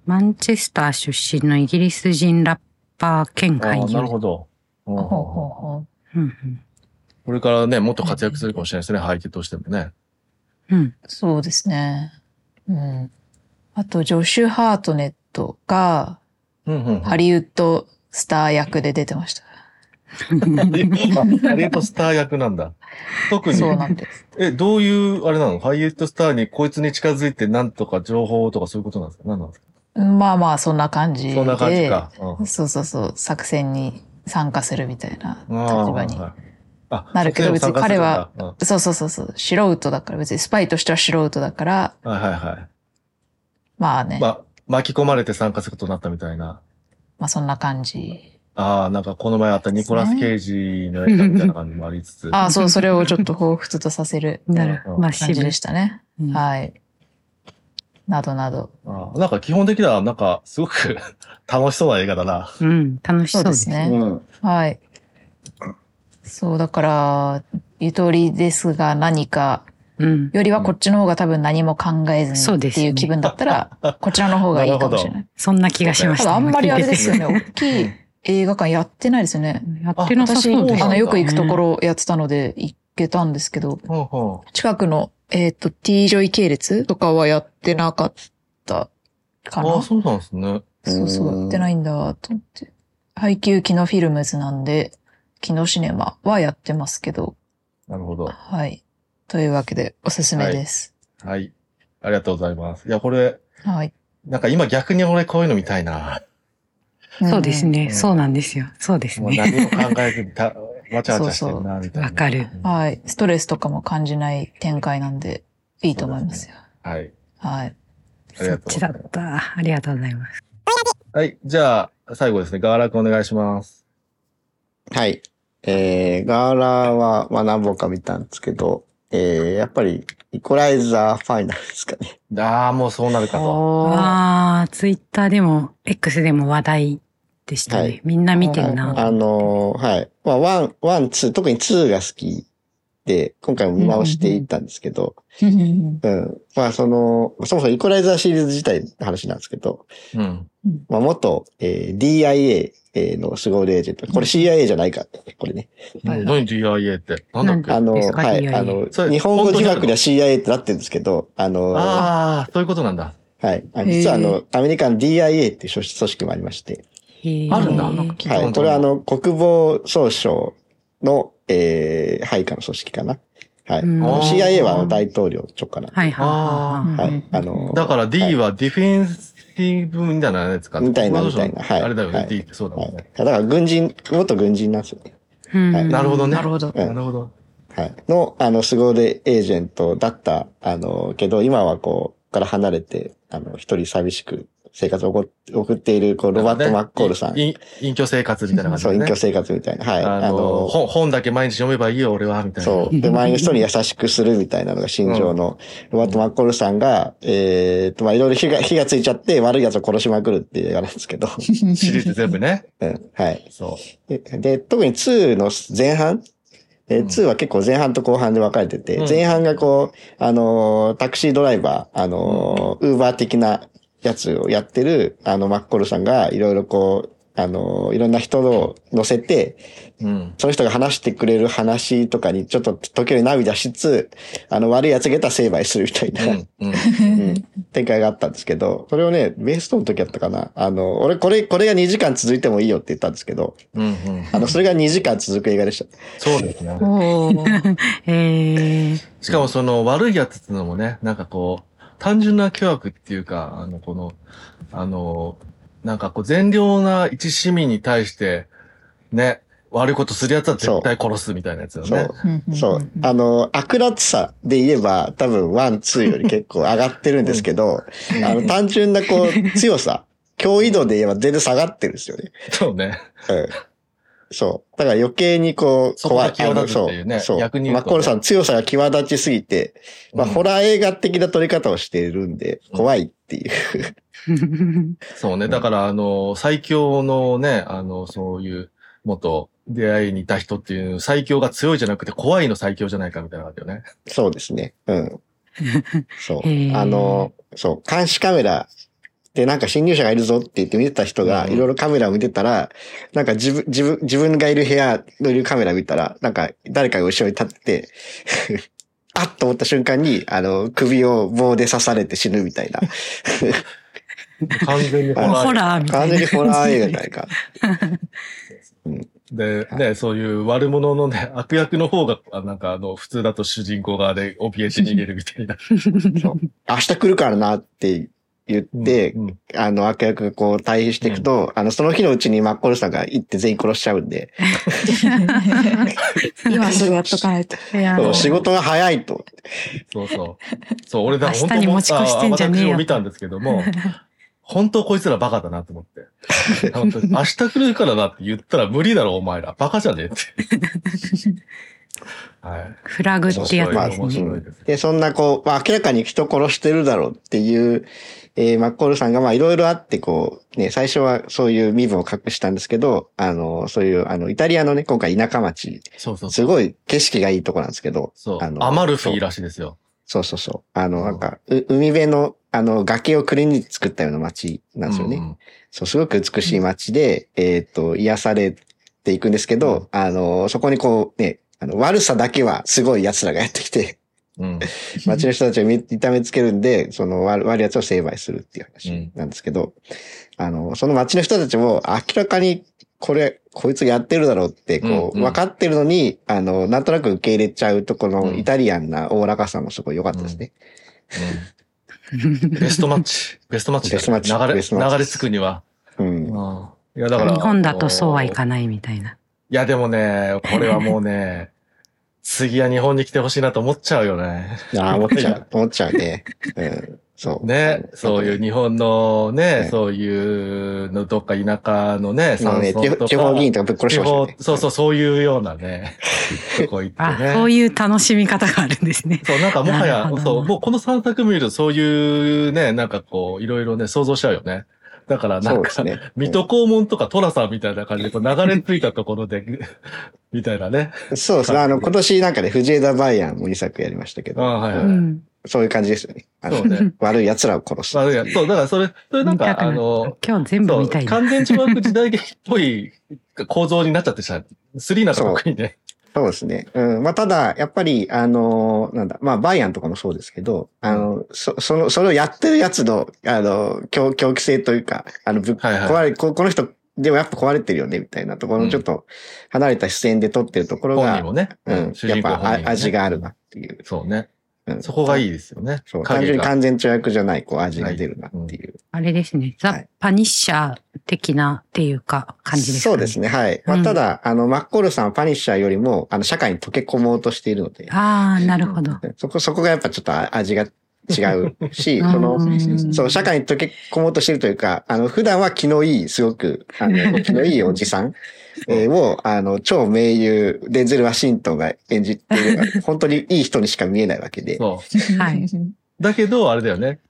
[SPEAKER 3] マンチェスター出身のイギリス人ラッパー兼
[SPEAKER 2] あ
[SPEAKER 3] 俳
[SPEAKER 2] ー
[SPEAKER 3] 優。
[SPEAKER 2] なるほど。うん
[SPEAKER 4] ほうほうほ
[SPEAKER 3] うんうん
[SPEAKER 2] これからね、もっと活躍するかもしれないですね、俳優としてもね。
[SPEAKER 3] うん。
[SPEAKER 4] う。そうですね。うん。あと、ジョシュ・ハートネットが、
[SPEAKER 2] うんうんうん。
[SPEAKER 4] ハリウッドスター役で出てました。
[SPEAKER 2] ハリウッドスター役なんだ。特に
[SPEAKER 4] そ、うなんです。
[SPEAKER 2] え、どういう、あれなのハリウッドスターにこいつに近づいてなんとか情報とかそういうことなんですか何なんですか
[SPEAKER 4] まあまあ、そんな感じで。
[SPEAKER 2] そんな感じか。うん
[SPEAKER 4] そうそうそう、作戦に参加するみたいな立場に。
[SPEAKER 2] あ
[SPEAKER 4] なるけど別に彼は。
[SPEAKER 2] あ
[SPEAKER 4] そうそうそうそう、素人だから、別にスパイとしては素人だから、
[SPEAKER 2] そっかそっかうんはいはいは
[SPEAKER 4] まあね、
[SPEAKER 2] い。
[SPEAKER 4] ま
[SPEAKER 2] ま
[SPEAKER 4] あ、
[SPEAKER 2] あ、巻き込まれて参加することになったみたいな。
[SPEAKER 4] そんな感じ。
[SPEAKER 2] ああ、なんかこの前あったニコラス・ケイジの映画みたいな感じもありつ つ。
[SPEAKER 4] ああ、そう、それをちょっと彷彿とさせる
[SPEAKER 3] なるほど。まあ、
[SPEAKER 4] 感じ
[SPEAKER 3] 渋
[SPEAKER 4] でしたね。
[SPEAKER 3] うん
[SPEAKER 4] はい。などなど。
[SPEAKER 2] あーなんか基本的には、なんかすごく 楽しそうな映画だな。
[SPEAKER 3] うん。楽しそ
[SPEAKER 4] そうう
[SPEAKER 3] で
[SPEAKER 4] ですす
[SPEAKER 3] ね。
[SPEAKER 4] ね。
[SPEAKER 1] うん。
[SPEAKER 4] はい。そう、だから、ゆとりですが何か、
[SPEAKER 3] うん。
[SPEAKER 4] よりはこっちの方が多分何も考えず
[SPEAKER 3] そ
[SPEAKER 4] に
[SPEAKER 3] う
[SPEAKER 4] っ
[SPEAKER 3] です
[SPEAKER 4] てい
[SPEAKER 3] ね
[SPEAKER 4] う気分だっ たら、こちらの方がいいかもしれない。
[SPEAKER 3] そんな気がしましたた。
[SPEAKER 4] だあんまりあれですよね、
[SPEAKER 2] そうで
[SPEAKER 4] 大きい映画館やってないですよね。
[SPEAKER 3] やってなさ
[SPEAKER 4] 私、
[SPEAKER 3] そうです
[SPEAKER 4] あ
[SPEAKER 2] ね
[SPEAKER 4] の、よく行くところやってたので行けたんですけど、
[SPEAKER 2] ほうほ
[SPEAKER 4] 近くの、えっ、と、T ジョイ系列とかはやってなかった
[SPEAKER 2] う
[SPEAKER 4] か
[SPEAKER 2] ああ、
[SPEAKER 4] な。
[SPEAKER 2] そうなんですね。
[SPEAKER 4] そうそう、やってないんだ、と思って。配給キノフィルムズなんで、キノシネマはやってますけど、
[SPEAKER 2] なるほど。
[SPEAKER 4] はい。というわけで、おすすめです。
[SPEAKER 2] はい。ありがとうございます。いや、これ、
[SPEAKER 4] はい。
[SPEAKER 2] なんか今逆に俺こういうの見たいな。
[SPEAKER 3] そうです
[SPEAKER 4] ん。
[SPEAKER 3] ね。
[SPEAKER 2] うん
[SPEAKER 3] そうなんですよ。そうです
[SPEAKER 2] もう
[SPEAKER 3] ね。
[SPEAKER 2] 何も考えずに た、わちゃわちゃしてるな、みたいな。
[SPEAKER 3] わかる。
[SPEAKER 2] は
[SPEAKER 4] はい。ストレスとかも感じない展開なんで、いいと思いますよ。
[SPEAKER 2] い。
[SPEAKER 4] はい。
[SPEAKER 2] ありが
[SPEAKER 3] そっ
[SPEAKER 2] とうご
[SPEAKER 3] ち
[SPEAKER 2] ざ
[SPEAKER 3] だ
[SPEAKER 2] います
[SPEAKER 3] った。ありがとうございます。
[SPEAKER 2] はい。じゃあ、最後ですね。ガーラ君お願いします。
[SPEAKER 1] はい。えー、ガーラーは、まあ何本か見たんですけど、えー、やっぱり、イコライザーファイナルですかね。
[SPEAKER 2] ああ、もうそうなるかと。
[SPEAKER 4] あ
[SPEAKER 3] ああ、ツイッターでも、X でも話題でしたね。
[SPEAKER 1] はい
[SPEAKER 3] みんな見てるな。
[SPEAKER 1] あのーはい。まあ、ワン、ワン、ツー、特にツーが好きで、今回も見直していったんですけど、
[SPEAKER 4] ー。
[SPEAKER 1] うん。まあ、その、そもそもイコライザーシリーズ自体の話なんですけど、
[SPEAKER 2] うん。
[SPEAKER 1] まあ、元、えー DIA えーのスゴールエージェント。これ CIA じゃないか、これね。
[SPEAKER 4] はい
[SPEAKER 2] 何 DIA って。なんだ
[SPEAKER 1] あ
[SPEAKER 2] っけ
[SPEAKER 1] の、
[SPEAKER 3] ですか
[SPEAKER 1] はい、
[SPEAKER 3] DIA
[SPEAKER 1] あの、
[SPEAKER 2] それ
[SPEAKER 1] 日本語字幕では CIA ってなってるんですけど、あのー
[SPEAKER 2] ああ、そういうことなんだ。
[SPEAKER 1] はい。あ
[SPEAKER 4] へー
[SPEAKER 1] 実はあの、アメリカの DIA っていう組織もありまして、
[SPEAKER 3] へー
[SPEAKER 2] あるんだ。
[SPEAKER 4] えー
[SPEAKER 2] なんか聞いた
[SPEAKER 1] はい。
[SPEAKER 2] こと
[SPEAKER 1] これはあの、国防総省の、えー、配下の組織かな。はい。あ
[SPEAKER 3] うん
[SPEAKER 1] の
[SPEAKER 2] あー
[SPEAKER 1] CIA はあの大統領直下なんで
[SPEAKER 3] はいはいは
[SPEAKER 1] は
[SPEAKER 4] う
[SPEAKER 1] い
[SPEAKER 4] ん。
[SPEAKER 1] あの、
[SPEAKER 2] だから D はディフェンスティブみたいなやつか。
[SPEAKER 1] みたいな
[SPEAKER 2] 国防省の
[SPEAKER 1] みたいなはい
[SPEAKER 2] あれだよね、
[SPEAKER 1] はい
[SPEAKER 2] D ってそうだ
[SPEAKER 1] は
[SPEAKER 2] も
[SPEAKER 1] い
[SPEAKER 2] んね。。
[SPEAKER 1] だから軍人、元軍人なんですよね。
[SPEAKER 3] いうん
[SPEAKER 1] はい
[SPEAKER 2] なるほ どね。
[SPEAKER 4] なるほど
[SPEAKER 1] うん
[SPEAKER 2] なるほど。
[SPEAKER 1] はい。の、あの、凄腕エージェントだった、あの、けど、今はこう、から離れて、あの、一人寂しく生活を送送っている、こう、ロバート・マッコールさん。
[SPEAKER 2] い隠居生活みたいな感じ
[SPEAKER 1] そう、
[SPEAKER 2] だ
[SPEAKER 1] 隠
[SPEAKER 2] ね
[SPEAKER 1] 居生活みたいな。はい。
[SPEAKER 2] あの、本本だけ毎日読めばいいよ、俺は、みたいな。
[SPEAKER 1] そう。で、周りの人に優しくするみたいなのが心情の、ロバート・マッコールさんが、えーっと、まあ、いろいろ火が、火 がついちゃって悪い奴を殺しまくるっていう映画なん ですけど。
[SPEAKER 2] シリーズ全部ね。
[SPEAKER 1] うん、はい
[SPEAKER 2] そ
[SPEAKER 1] で。で特に2の前半え
[SPEAKER 2] う
[SPEAKER 1] ー
[SPEAKER 2] ん
[SPEAKER 1] 2は結構前半と後半で分かれてて、
[SPEAKER 2] うん
[SPEAKER 1] 前半がこう、あのータクシードライバー、あのーウーバー的なやつをやってる、あの、マッコールさんが、いろいろこう、あの、いろんな人を乗せて、
[SPEAKER 2] うん。
[SPEAKER 1] その人が話してくれる話とかにちょっと時折涙しつつ、あの、悪い奴がいたら成敗するみたいな、
[SPEAKER 2] うん。うん。
[SPEAKER 1] うん展開があったんですけど、それをね、ベーストの時やったかな。あの、俺、これ、これが2時間続いてもいいよって言ったんですけど、
[SPEAKER 2] うん。うん。
[SPEAKER 1] あの、それが2時間続く映画でした。
[SPEAKER 2] そうですね。
[SPEAKER 4] おー
[SPEAKER 3] え ー、
[SPEAKER 2] しかもその悪いやつってのもね、なんかこう、単純な凶悪っていうか、あの、この、あの、なんかこう、善良な一市民に対して、ね、悪いことするやつは絶対殺すみたいなやつだ
[SPEAKER 1] そ
[SPEAKER 2] ね
[SPEAKER 1] う。。
[SPEAKER 4] うんうん
[SPEAKER 1] そう。あの、悪辣さで言えば、多分、ワン、ツーより結構上がってるんですけど、あの、単純なこう、強さ、強威度で言えば全然下がってるんですよね。
[SPEAKER 2] そうね。
[SPEAKER 1] うん。そう。だから余計にこう、
[SPEAKER 2] そこ
[SPEAKER 1] 怖い。
[SPEAKER 2] が際立つ
[SPEAKER 1] あの
[SPEAKER 2] っていうね
[SPEAKER 1] そう。そう
[SPEAKER 2] 逆に言うと
[SPEAKER 1] マ
[SPEAKER 2] ね
[SPEAKER 1] ッコールさん強さが際立ちすぎて、まあ、
[SPEAKER 2] うん
[SPEAKER 1] ホラー映画的な撮り方をしているんで、
[SPEAKER 2] うん
[SPEAKER 1] 怖いっていう。
[SPEAKER 2] そうね。だから、あの、最強のね、あの、そういう、元出会いにいた人っていう、最強が強いじゃなくて、怖いの最強じゃないかみたいなわけよね。
[SPEAKER 1] そうですね。うん。そ
[SPEAKER 3] へ
[SPEAKER 1] う。
[SPEAKER 3] ー
[SPEAKER 1] あの、そう、監視カメラでなんか侵入者がいるぞって言って見てた人が、
[SPEAKER 2] うん
[SPEAKER 1] いろいろカメラを見てたら、なんか自分、自分、自分がいる部屋のいるカメラ見たら、なんか誰かが後ろに立って、 あっと思った瞬間に、あの、首を棒で刺されて死ぬみたいな。
[SPEAKER 2] 完全にホラー
[SPEAKER 3] ホラーみた
[SPEAKER 1] 完
[SPEAKER 3] いな。
[SPEAKER 1] 全にホラー映画じゃないか。
[SPEAKER 2] で、ね、そういう悪者のね、 悪役の方が、あなんかあの、普通だと主人公側で怯えし逃げるみた いな。
[SPEAKER 1] 明日来るからなって言って、
[SPEAKER 2] うんうん
[SPEAKER 1] あの、悪役がこう退避していくと、あの、その日のうちにマッコルさんが行って全員殺しちゃうんで、
[SPEAKER 5] 今すぐやっとかないと。
[SPEAKER 3] いや
[SPEAKER 1] そう仕事が早いと。
[SPEAKER 2] そうそう。そう、俺だ、
[SPEAKER 3] 明日に持ち越してんじゃねえよ
[SPEAKER 2] 私を見たんですけども、本当こいつらバカだなと思って。本 当に明日来るからなって言ったら無理だろ、お前ら。バカじゃねえって。 はい。
[SPEAKER 3] フラグってや
[SPEAKER 2] まあ
[SPEAKER 3] つ
[SPEAKER 2] 面
[SPEAKER 3] ですね。
[SPEAKER 2] 白いです
[SPEAKER 1] で、そんなこう、まあ、明らかに人殺してるだろうっていう、えーマッコールさんがまあいろいろあってこう、ね、最初はそういう身分を隠したんですけど、あの、そういう、あの、イタリアのね、今回田舎町、
[SPEAKER 2] そうそうそう。
[SPEAKER 1] すごい景色がいいとこなんですけど、
[SPEAKER 2] そう
[SPEAKER 1] あ。の
[SPEAKER 2] アマルフィらしいですよ。
[SPEAKER 1] そうそうそう。あの、なんか、う海辺の、あの、崖をくりに作ったような町なんですよね。
[SPEAKER 2] うんうん
[SPEAKER 1] そう、すごく美しい街で、えーっと、癒されていくんですけど、あの、そこにこうね、あの悪さだけはすごい奴らがやってきて、
[SPEAKER 2] うん。
[SPEAKER 1] 街の人たちを見痛めつけるんで、その悪悪い奴を成敗するっていう話なんですけど、あの、その街の人たちも明らかにこれ、こいつがやってるだろうって、こう、
[SPEAKER 2] うんうん
[SPEAKER 1] 分かってるのに、あの、なんとなく受け入れちゃうとこ
[SPEAKER 2] う
[SPEAKER 1] の
[SPEAKER 2] ん
[SPEAKER 1] イタリアンなおおらかさもすごい良かったですね。
[SPEAKER 2] うんベストマッチ。ベストマッチだ。
[SPEAKER 1] ベストマッチ
[SPEAKER 2] 流れ、
[SPEAKER 1] ベストマッチ
[SPEAKER 2] 流れ着くには。
[SPEAKER 1] うん。
[SPEAKER 2] いや、だから。
[SPEAKER 3] 日本だとそうはい
[SPEAKER 2] ない
[SPEAKER 3] かないみたいな。
[SPEAKER 2] いや、でもね、これはもうね、次は日本に来てほしいなと思っちゃうよね。
[SPEAKER 1] ああ、思っちゃう、思っちゃうね。うん。そう。
[SPEAKER 2] ね、そういう日本のね、そういうの、どっか田舎のね、
[SPEAKER 1] そうね、
[SPEAKER 2] 山村とか
[SPEAKER 1] 地方議員とかぶっ殺し
[SPEAKER 2] 地
[SPEAKER 1] てましたよ
[SPEAKER 2] 方
[SPEAKER 1] ね。
[SPEAKER 2] そうそう、そういうようなね、とこ行って
[SPEAKER 3] あ、
[SPEAKER 2] ね。
[SPEAKER 3] そういう楽しみ方があるんですね。
[SPEAKER 2] そう、なんかもは
[SPEAKER 3] な
[SPEAKER 2] や
[SPEAKER 3] るほ、ど
[SPEAKER 2] そう、もうこの3作見るとそういうね、なんかこう、いろいろね、想像しちゃうよね。だからな
[SPEAKER 1] そ
[SPEAKER 2] ん
[SPEAKER 1] うで
[SPEAKER 2] か、
[SPEAKER 1] すね。
[SPEAKER 2] 水戸黄門とか寅さんみたいな感じで、こう流れ着いたところで、 みたいなね。
[SPEAKER 1] そうですね。あの、今年なんかね、藤枝梅安も2作やりましたけ
[SPEAKER 2] あ
[SPEAKER 1] ど、
[SPEAKER 2] はいは
[SPEAKER 3] う
[SPEAKER 2] い。
[SPEAKER 3] ん。
[SPEAKER 1] そういう感じですよね。あ
[SPEAKER 2] そ
[SPEAKER 1] の
[SPEAKER 2] うね。
[SPEAKER 1] 悪い奴らを殺す。
[SPEAKER 2] まあ、いや、そう、だからそれ、それなん
[SPEAKER 3] 見た
[SPEAKER 2] か、
[SPEAKER 3] くな
[SPEAKER 2] あ
[SPEAKER 3] っ
[SPEAKER 2] の、
[SPEAKER 3] た今日全部
[SPEAKER 2] そう
[SPEAKER 3] 見たいな。
[SPEAKER 2] 完全懲悪時代劇っぽい構造になっちゃってさ、スリーなんか特にね。
[SPEAKER 1] そうですね。うん。まあ、ただ、やっぱり、あの、なんだ、まあ、バイアンとかもそうですけど、あの、そ、その、それをやってるやつの、あの、狂、狂気性というか、あの、ぶっ
[SPEAKER 2] はいはい
[SPEAKER 1] 壊れ、ここの人、でもやっぱ壊れてるよね、みたいなところ
[SPEAKER 2] うん
[SPEAKER 1] のちょっと離れた視線で撮ってるところ
[SPEAKER 2] 本
[SPEAKER 1] が
[SPEAKER 2] 人、もね。
[SPEAKER 1] うん。
[SPEAKER 2] 主
[SPEAKER 1] やっ
[SPEAKER 2] 人公
[SPEAKER 1] ぱ、
[SPEAKER 2] 本人もね
[SPEAKER 1] あ味があるな。っていう。
[SPEAKER 2] そうね。
[SPEAKER 1] うん
[SPEAKER 2] そこがいいですよね。
[SPEAKER 1] そう。単
[SPEAKER 2] 影
[SPEAKER 1] 純に
[SPEAKER 2] が。
[SPEAKER 1] 完全跳躍じゃない、こう、味が出るなっていう。
[SPEAKER 3] あれですね。
[SPEAKER 1] は
[SPEAKER 3] ザ
[SPEAKER 1] い・
[SPEAKER 3] パニッシャー的なっていうか感じですか
[SPEAKER 1] そうです
[SPEAKER 3] ね。
[SPEAKER 1] ね。はい。ま
[SPEAKER 3] う
[SPEAKER 1] あ、
[SPEAKER 3] ん
[SPEAKER 1] ただ、あの、マッコールさんはパニッシャーよりも、あの、社会に溶け込もうとしているので、
[SPEAKER 3] ああ、なるほど。
[SPEAKER 1] そこ、そこがやっぱちょっとあ味が違うし、その、
[SPEAKER 3] うん
[SPEAKER 1] そう、社会に溶け込もうとしているというか、あの、普段は気のいい、すごく、あ の、気のいいおじさん、えーを、あの、超名優、デンゼル・ワシントンが演じてい る、本当にいい人にしか見えないわけで、
[SPEAKER 2] そう。
[SPEAKER 3] はい。
[SPEAKER 2] だけど、あれだよね。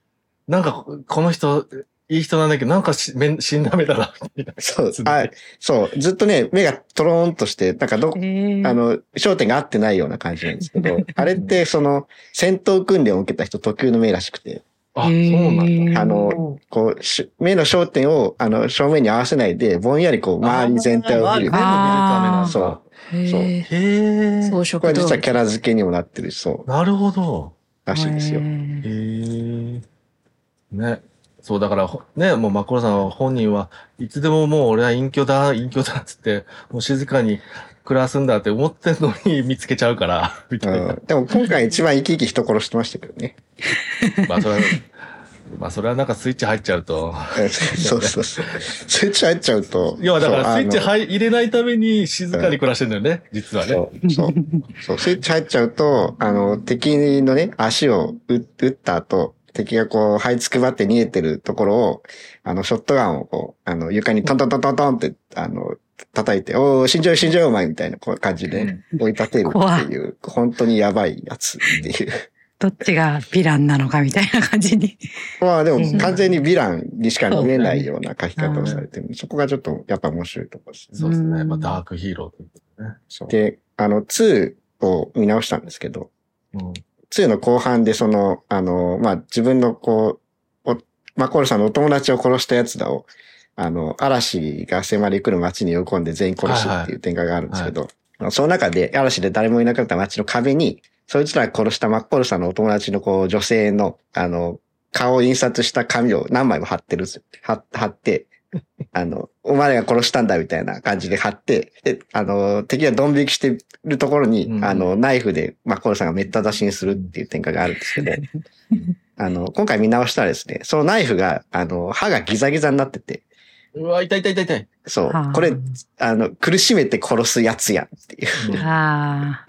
[SPEAKER 2] なんか、この人、いい人なんだけど、なんかしめん死んだ目だな、みたい
[SPEAKER 1] そう
[SPEAKER 2] す、ごい
[SPEAKER 1] あ、そう、ずっとね、目がトローンとして、なんかど、あ
[SPEAKER 3] えー
[SPEAKER 1] の、焦点が合ってないような感じなんですけど、あれってその、戦闘訓練を受けた人特有の目らしくて、
[SPEAKER 2] な。あ、そうなんだ。
[SPEAKER 1] あのこう、し目の焦点を、あの、正面に合わせないで、ぼんやりこう、周り全体を見る。
[SPEAKER 3] あ
[SPEAKER 2] あー
[SPEAKER 3] ー
[SPEAKER 2] 周り全部見るためなんだ。
[SPEAKER 4] へ
[SPEAKER 2] へ
[SPEAKER 4] え。
[SPEAKER 2] え。
[SPEAKER 4] 装
[SPEAKER 1] こ
[SPEAKER 4] 飾
[SPEAKER 1] れ実
[SPEAKER 4] と
[SPEAKER 1] はキャラ付けにもなってる、そう、
[SPEAKER 2] なるほど。
[SPEAKER 1] らしいですよ
[SPEAKER 3] へ。ー
[SPEAKER 2] へえ。ね。そう、だから、ほね、もうマコロさんは本人はいつでももう俺は隠居だ、隠居だっつって、もう静かに暮らすんだって思ってんのに見つけちゃうから、 みたい
[SPEAKER 1] う。
[SPEAKER 2] な
[SPEAKER 1] ん、でも今回一番生き生き人殺してましたけど ね。
[SPEAKER 2] まあそれは、まあそれはなんかスイッチ入っちゃうと。
[SPEAKER 1] そうそうそう。スイッチ入っちゃうと。
[SPEAKER 2] 要はだからスイッチ
[SPEAKER 1] っ
[SPEAKER 2] 入入れないために静かに暮らしてんだよね、実はね。
[SPEAKER 1] そうそうそう、スイッチ入っちゃうと、あの、敵のね、足を打打った後、敵がこう、這いつくばって逃げてるところを、あの、ショットガンをこう、あの、床にトントントントントンって、あの、叩いて、おー、死んじゃう死んじゃうお前みたいなこう感じで追い立てるっていう、本当にやばいやつっていう。
[SPEAKER 3] どっちがヴィランなのかみたいな感じに。
[SPEAKER 1] まあでも
[SPEAKER 3] うん
[SPEAKER 1] 完全にヴィランにしか見えないような書き方をされてる。そこがちょっとやっぱ面白いところですね。
[SPEAKER 2] そうですね。
[SPEAKER 3] うん
[SPEAKER 2] まあダークヒーローということね。
[SPEAKER 1] で、あの、2を見直したんですけど、
[SPEAKER 2] うん。
[SPEAKER 1] 2の後半でその、あの、まあ、自分のこう、おマコールさんのお友達を殺したやつだを、あの、嵐が迫り来る街に呼び込んで全員殺すっていう展開があるんですけど、その中で嵐で誰もいなかった街の壁に、そいつらが殺したマッコールさんのお友達のこう、女性の、あの、顔を印刷した紙を何枚も貼ってるんですよ。貼貼って、あの、お前らが殺したんだみたいな感じで貼って、で、あの、敵がドン引きしてるところに、
[SPEAKER 2] うん
[SPEAKER 1] あの、ナイフでマッコールさんがめった出しにするっていう展開があるんですけど、あの、今回見直したらですね、そのナイフが、あの、歯がギザギザになってて、
[SPEAKER 2] うわ、痛い痛い痛い痛い。
[SPEAKER 1] そう
[SPEAKER 3] はあ、
[SPEAKER 1] これ、あの、苦しめて殺すやつやんっていう。
[SPEAKER 3] あ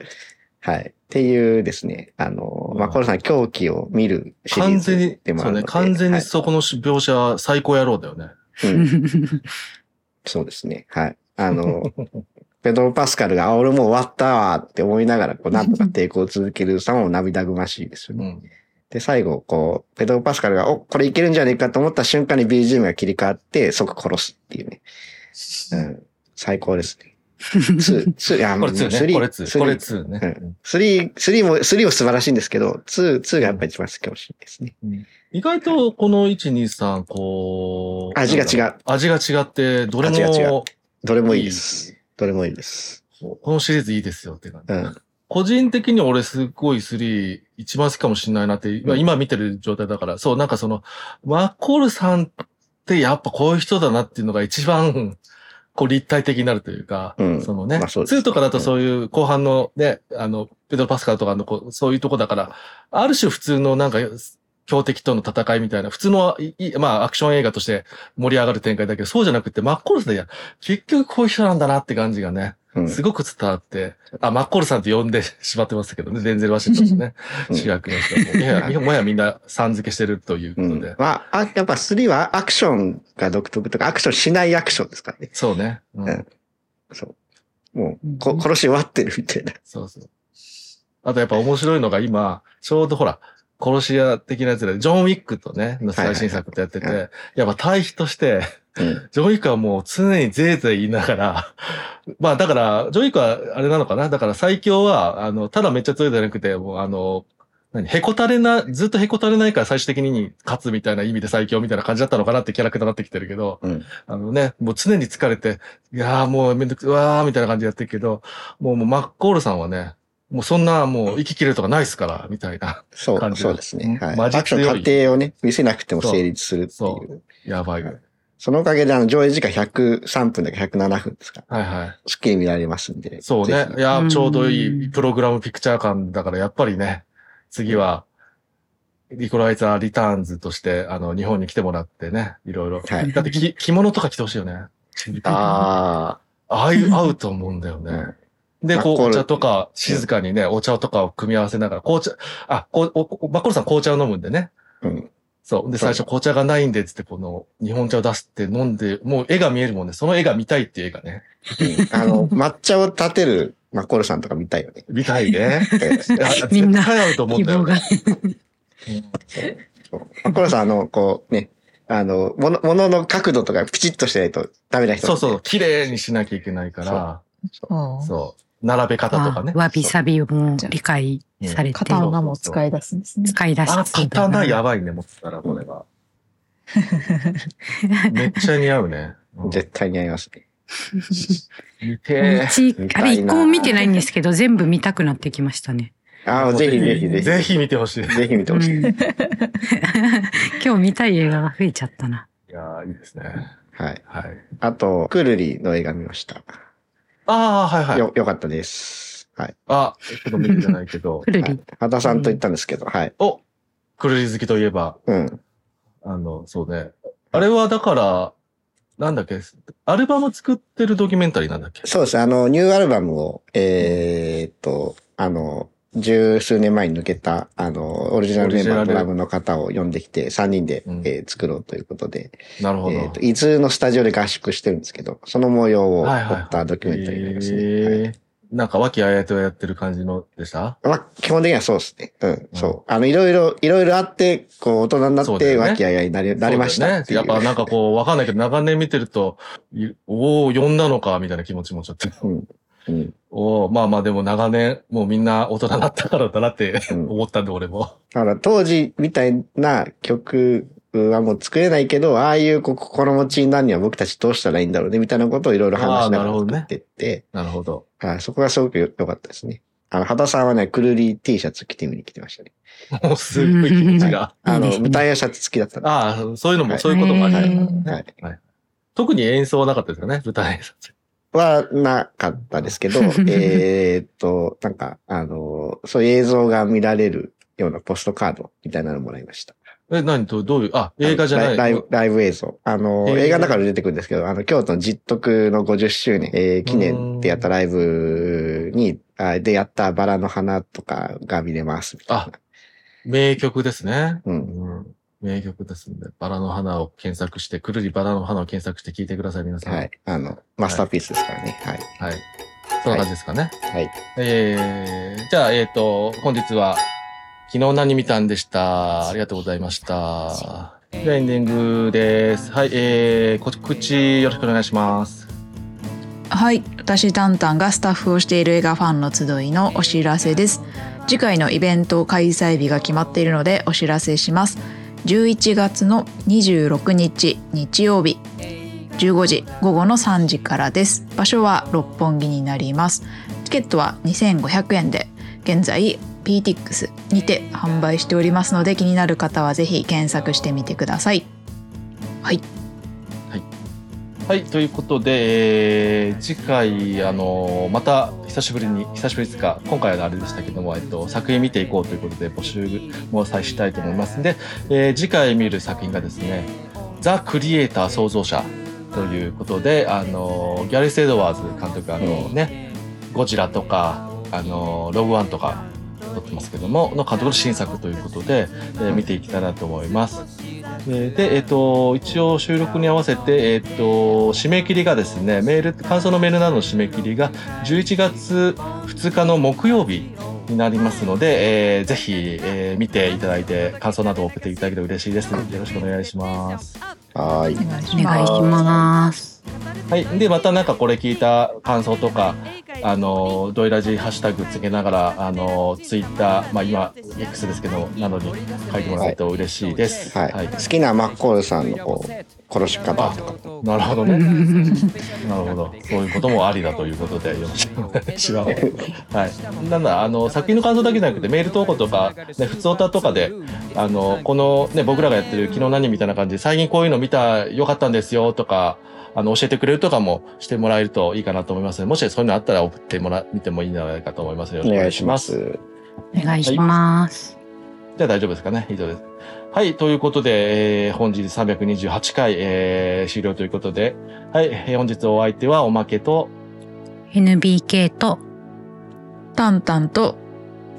[SPEAKER 3] あ。
[SPEAKER 1] はい。っていうですね、あの、マッコールさん狂気を見るシリ
[SPEAKER 2] 完
[SPEAKER 1] ーズ
[SPEAKER 2] 全に
[SPEAKER 1] で、もあ
[SPEAKER 2] そ
[SPEAKER 1] る
[SPEAKER 2] う
[SPEAKER 1] の
[SPEAKER 2] ね、
[SPEAKER 1] で。
[SPEAKER 2] 完全
[SPEAKER 1] は
[SPEAKER 2] に
[SPEAKER 1] い
[SPEAKER 2] そこの描写は最高野郎だよね。
[SPEAKER 1] うんそうですね。はい。あの、 ペドロパスカルが、あ、俺もう終わったわって思いながら、こう、なんとか抵抗を続ける様も涙ぐましいですよ
[SPEAKER 2] う
[SPEAKER 1] ね。
[SPEAKER 2] ん。
[SPEAKER 1] で、最後、こう、ペドロパスカルが、お、これいけるんじゃねえかと思った瞬間に BGM が切り替わって、即殺すっていうね。うん。最高ですね。2、2、いや、
[SPEAKER 2] これ2ね。これ2。これ
[SPEAKER 1] 3、
[SPEAKER 2] 2ね。うん
[SPEAKER 1] 3、3も、3も素晴らしいんですけど、2、2がやっぱ一番好きかもしれないですね。
[SPEAKER 2] 意外と、この1、2、3、こう。
[SPEAKER 1] 味が違う。
[SPEAKER 2] 味が違って、どれ
[SPEAKER 1] 味が違
[SPEAKER 2] も
[SPEAKER 1] う、どれもいいです。どれもいいです。
[SPEAKER 2] このシリーズいいですよって感じ。
[SPEAKER 1] うん。
[SPEAKER 2] 個人的に俺すごい3、一番好きかもしんないなって、今
[SPEAKER 1] うん
[SPEAKER 2] 今見てる状態だから、そう、なんかその、マッコールさんってやっぱこういう人だなっていうのが一番、 こう立体的になるというか、
[SPEAKER 1] うん
[SPEAKER 2] そのね、
[SPEAKER 1] まあそうです
[SPEAKER 2] 2とかだとそういう後半のね、あの、ペドロパスカルとかのこうそういうとこだから、ある種普通のなんか、強敵との戦いみたいな、普通のい、いまあ、アクション映画として盛り上がる展開だけど、そうじゃなくて、マッコールさんいや、結局こういう人なんだなって感じがね、
[SPEAKER 1] うん
[SPEAKER 2] すごく伝わって、あ、マッコールさんって呼んでしまってますけどね、デンゼル・ワシントンのね、
[SPEAKER 1] うん
[SPEAKER 2] 主役の人も。いや、いやもやみんなさん付けしてるというこ
[SPEAKER 1] う
[SPEAKER 2] と
[SPEAKER 1] ん
[SPEAKER 2] で。
[SPEAKER 1] まあ、あやっぱ3はアクションが独特とか、アクションしないアクションですからね。
[SPEAKER 2] そうね。うん
[SPEAKER 1] うんそう。もう、
[SPEAKER 3] う
[SPEAKER 1] こ
[SPEAKER 3] ん
[SPEAKER 1] 殺し終わってるみたいな。
[SPEAKER 2] そうそう。あとやっぱ面白いのが今、ちょうどほら、殺し屋的なやつで、ジョン・ウィックとね、の最新作とやってて、
[SPEAKER 1] はい
[SPEAKER 2] やっぱ対比として、
[SPEAKER 1] うん
[SPEAKER 2] ジョン・ウィックはもう常にぜいぜい言いながら、 まあだから、ジョン・ウィックはあれなのかなだから最強は、あの、ただめっちゃ強いじゃなくて、もうあの、何へこたれな、ずっとへこたれないから最終的に勝つみたいな意味で最強みたいな感じだったのかなってキャラクターになってきてるけど、
[SPEAKER 1] うん
[SPEAKER 2] あのね、もう常に疲れて、いやーもうめんどく、うわーみたいな感じでやってるけど、もうもうマッコールさんはね、もうそんなもう息切れるとかないっすから、みたいな。
[SPEAKER 1] そ
[SPEAKER 2] 感
[SPEAKER 1] う、
[SPEAKER 2] じ
[SPEAKER 1] そ
[SPEAKER 2] が
[SPEAKER 1] うですね。はい。
[SPEAKER 2] マ
[SPEAKER 1] ア
[SPEAKER 2] ジ
[SPEAKER 1] クション
[SPEAKER 2] 強い
[SPEAKER 1] 過程をね、見せなくても成立するっていう。そ
[SPEAKER 2] そうやばい。はい
[SPEAKER 1] のおかげで、あの、上映時間103分だか107分ですから、
[SPEAKER 2] はい。
[SPEAKER 1] すっきり見られますんで。
[SPEAKER 2] そうね
[SPEAKER 1] ぜ。
[SPEAKER 2] いやー、
[SPEAKER 3] うん
[SPEAKER 2] ちょうどいいプログラムピクチャー感だから、やっぱりね、次は、リコライザーリターンズとして、あの、日本に来てもらってね、いろいろ。
[SPEAKER 1] ひ。はい。
[SPEAKER 2] だってき、着物とか着てほしいよね。
[SPEAKER 1] あ
[SPEAKER 2] ああいう、合うと思うんだよね。で、こ
[SPEAKER 1] マッコ
[SPEAKER 2] う、
[SPEAKER 1] ー
[SPEAKER 2] お
[SPEAKER 1] ル
[SPEAKER 2] 茶とか、静かにね、お茶とかを組み合わせながら、紅茶、あ、こう、おおマッコルさん紅茶を飲むんでね。
[SPEAKER 1] あ、うん。
[SPEAKER 2] そう。で、
[SPEAKER 1] そう
[SPEAKER 2] 最初紅茶がないんで、つって、この、日本茶を出すって飲んで、もう絵が見えるもんね。その絵が見たいっていう絵がね。
[SPEAKER 1] あの、抹茶を立てるマッコールさんとか見たい よね。
[SPEAKER 2] 見たいね。いや
[SPEAKER 3] みんな
[SPEAKER 2] 絶対合うと思うん
[SPEAKER 3] 希
[SPEAKER 2] だよ
[SPEAKER 3] 望
[SPEAKER 2] ね
[SPEAKER 3] が。。
[SPEAKER 1] そうマッコールさん、あの、こうね、あの、もの、ものの角度とかピチッとしてないとダメな人
[SPEAKER 2] そ
[SPEAKER 1] なんで。
[SPEAKER 2] うそう、綺麗にしなきゃいけないから、
[SPEAKER 1] そ
[SPEAKER 4] ああ
[SPEAKER 2] そ並べ方とかね。
[SPEAKER 3] あわびさびも理解されて、
[SPEAKER 4] 刀も使い出すんですね。
[SPEAKER 3] 使い出
[SPEAKER 2] あ、
[SPEAKER 3] してたな
[SPEAKER 2] 刀やばいね、持ってたら、これは。めっちゃ似合うね。うん
[SPEAKER 1] 絶対に合いますね。
[SPEAKER 2] 似
[SPEAKER 3] 道
[SPEAKER 2] て
[SPEAKER 3] あれ一個も見てないんですけど、全部見たくなってきましたね。
[SPEAKER 1] あ
[SPEAKER 2] ー
[SPEAKER 1] あ、ぜひぜひぜひ。
[SPEAKER 2] ぜひ見てほしい。い
[SPEAKER 1] ぜひ見て
[SPEAKER 3] う
[SPEAKER 1] ほ
[SPEAKER 3] ん、
[SPEAKER 1] しい。
[SPEAKER 3] 今日見たい映画が増えちゃったな。
[SPEAKER 2] やーいいですね。
[SPEAKER 1] はい。
[SPEAKER 2] はい。
[SPEAKER 1] あと、クルリの映画見ました。
[SPEAKER 2] ああ、はいはい。
[SPEAKER 1] よ、よかったです。はい。
[SPEAKER 2] あ、ちょっと見てないけど
[SPEAKER 3] く。る
[SPEAKER 1] はい
[SPEAKER 3] り。
[SPEAKER 1] 畑さんと言ったんですけど、はい。
[SPEAKER 2] おクルリ好きといえば、
[SPEAKER 1] うん。
[SPEAKER 2] あの、そうね。あれはだから、なんだっけ、アルバム作ってるドキュメンタリーなんだっけ
[SPEAKER 1] そうですね。あの、ニューアルバムを、えーっと、あの、十数年前に抜けた、あの、オリジナルメンバー
[SPEAKER 2] オリジナル
[SPEAKER 1] のドラムの方を呼んできて、3人で、
[SPEAKER 2] うん
[SPEAKER 1] えー作ろうということで、
[SPEAKER 2] なるほど。
[SPEAKER 1] えーっと、伊豆のスタジオで合宿してるんですけど、その模様を追
[SPEAKER 2] はいはいはい
[SPEAKER 1] ったドキュメンタリーになりますね。はい
[SPEAKER 2] えーなんか、和気あいあいとやってる感じのでした
[SPEAKER 1] まあ、基本的にはそうですね。うん、そう。あの、いろいろ、いろいろあって、こう、大人にな
[SPEAKER 2] そう
[SPEAKER 1] っ
[SPEAKER 2] だ
[SPEAKER 1] て、
[SPEAKER 2] よね
[SPEAKER 1] 和気あいあいになり、なりました
[SPEAKER 2] そうだよ
[SPEAKER 1] ってい
[SPEAKER 2] ね。
[SPEAKER 1] う。
[SPEAKER 2] やっぱなんかこう、わかんないけど、長年見てると、いおお、呼んだのか、みたいな気持ちもちょっと。
[SPEAKER 1] うん。うん。
[SPEAKER 2] おおまあまあでも長年、もうみんな大人だったからだなって
[SPEAKER 1] うん
[SPEAKER 2] 思ったんで、俺も。
[SPEAKER 1] だから、当時みたいな曲はもう作れないけど、ああいうこう心持ちになるには僕たちどうしたらいいんだろうね、みたいなことをいろいろ話しなが
[SPEAKER 2] あーなる
[SPEAKER 1] ら
[SPEAKER 2] ほど
[SPEAKER 1] 作
[SPEAKER 2] ね
[SPEAKER 1] ってって、
[SPEAKER 2] なるほど。
[SPEAKER 1] はい、そこがすごくよ良かったですね。あの、畑さんはね、くるり T シャツ着て見に来てましたね。
[SPEAKER 2] もうすっ ごい気持ちが。
[SPEAKER 1] あ
[SPEAKER 3] いい
[SPEAKER 1] の
[SPEAKER 3] で、すね
[SPEAKER 1] 舞台やシャツ付きだったんで。
[SPEAKER 2] ああ、そういうのも、
[SPEAKER 1] はい
[SPEAKER 2] そういうこともありま
[SPEAKER 3] へ、
[SPEAKER 2] す
[SPEAKER 1] ーはい
[SPEAKER 2] 特に演奏はなかったですよね、舞台挨拶。
[SPEAKER 1] はなかったですけ どえーっと、なんか、あの、そういう映像が見られるようなポストカードみたいなのもらいました。
[SPEAKER 2] え、何と、どういう、あ、映画じゃない。
[SPEAKER 1] ライライブライブ映像。あの、
[SPEAKER 2] へー
[SPEAKER 1] 映画の中で出てくるんですけど、あの、京都の実徳の50周年、えー記念でやったライブに、あでやったバラの花とかが見れますみたいな。
[SPEAKER 2] 名曲ですね。
[SPEAKER 1] うん。
[SPEAKER 2] うん名曲ですんで、バラの花を検索して、くるりバラの花を検索して聴いてください、皆さん。
[SPEAKER 1] はい。あの、マスターピースですからね。はい。
[SPEAKER 2] はい。そんな感じですかね。
[SPEAKER 1] はい。
[SPEAKER 2] えー、じゃあ、えっ、と、本日は、昨日何見たんでした。ありがとうございました。じゃあエンディングです。はい、えー、告知よろしくお願いします。
[SPEAKER 4] はい私タンタンがスタッフをしている映画ファンの集いのお知らせです次回のイベント開催日が決まっているのでお知らせします11月の26日日曜日15時午後の3時からです場所は六本木になりますチケットは2500円で現在 PTX にて販売しておりますので気になる方はぜひ検索してみてください
[SPEAKER 2] はい、ということで、えー次回、あのまた久しぶりに、久しぶりですか、今回はあれでしたけども、えっと、作品見ていこうということで、募集も再したいと思いますんで、えー次回見る作品がですね、ザ・クリエイター創造者ということで、あのギャレス・エドワーズ監督、あのね、ゴジラとか、あのログワンとか、撮ってますけども、の監督の新作ということで、えー見ていきたいなと思います。えーで、えっ、と、一応収録に合わせて、えっ、と、締め切りがですね、メール、感想のメールなどの締め切りが11月2日の木曜日になりますので、えーぜひ、えー見ていただいて、感想などを送っていただけると嬉しいです。よろしくお願いします。
[SPEAKER 1] はーい
[SPEAKER 4] お。願いし
[SPEAKER 3] お願
[SPEAKER 4] ま
[SPEAKER 3] い
[SPEAKER 4] す
[SPEAKER 3] します。
[SPEAKER 2] はい。で、またなんかこれ聞いた感想とか、あの、ドイラジハッシュタグつけながら、あの、ツイッター、まあ今、X ですけど、などに書いてもらえると嬉しいです。
[SPEAKER 1] はい好きなマッコールさんのこう殺し方
[SPEAKER 2] あ
[SPEAKER 1] とか。、
[SPEAKER 2] なるほどね。 なるほど。そういうこともありだということで、よろしくお願い します。はい。なんだ、あの、作品の感想だけじゃなくて、メール投稿とか、ね、普通歌とかで、あの、このね、僕らがやってる昨日何みたいな感じで、最近こういうの見た、よかったんですよとか、あの、教えてくれるとかもしてもらえるといいかなと思いますので、もしそういうのあったら送ってもら、見てもいいんじゃないかと思います。よろ
[SPEAKER 1] お
[SPEAKER 2] しくお願
[SPEAKER 1] 願
[SPEAKER 2] い
[SPEAKER 1] い
[SPEAKER 2] し
[SPEAKER 1] し
[SPEAKER 2] ま。
[SPEAKER 1] ますす。
[SPEAKER 3] お願いします。
[SPEAKER 2] じゃあ大丈夫ですかね。以上です。はい。ということで、えー本日328回、えー終了ということで、はい。えー本日お相手はおまけと、
[SPEAKER 3] NBK と、
[SPEAKER 4] タンタンと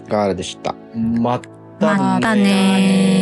[SPEAKER 1] ガールでした。
[SPEAKER 2] またね
[SPEAKER 3] またねー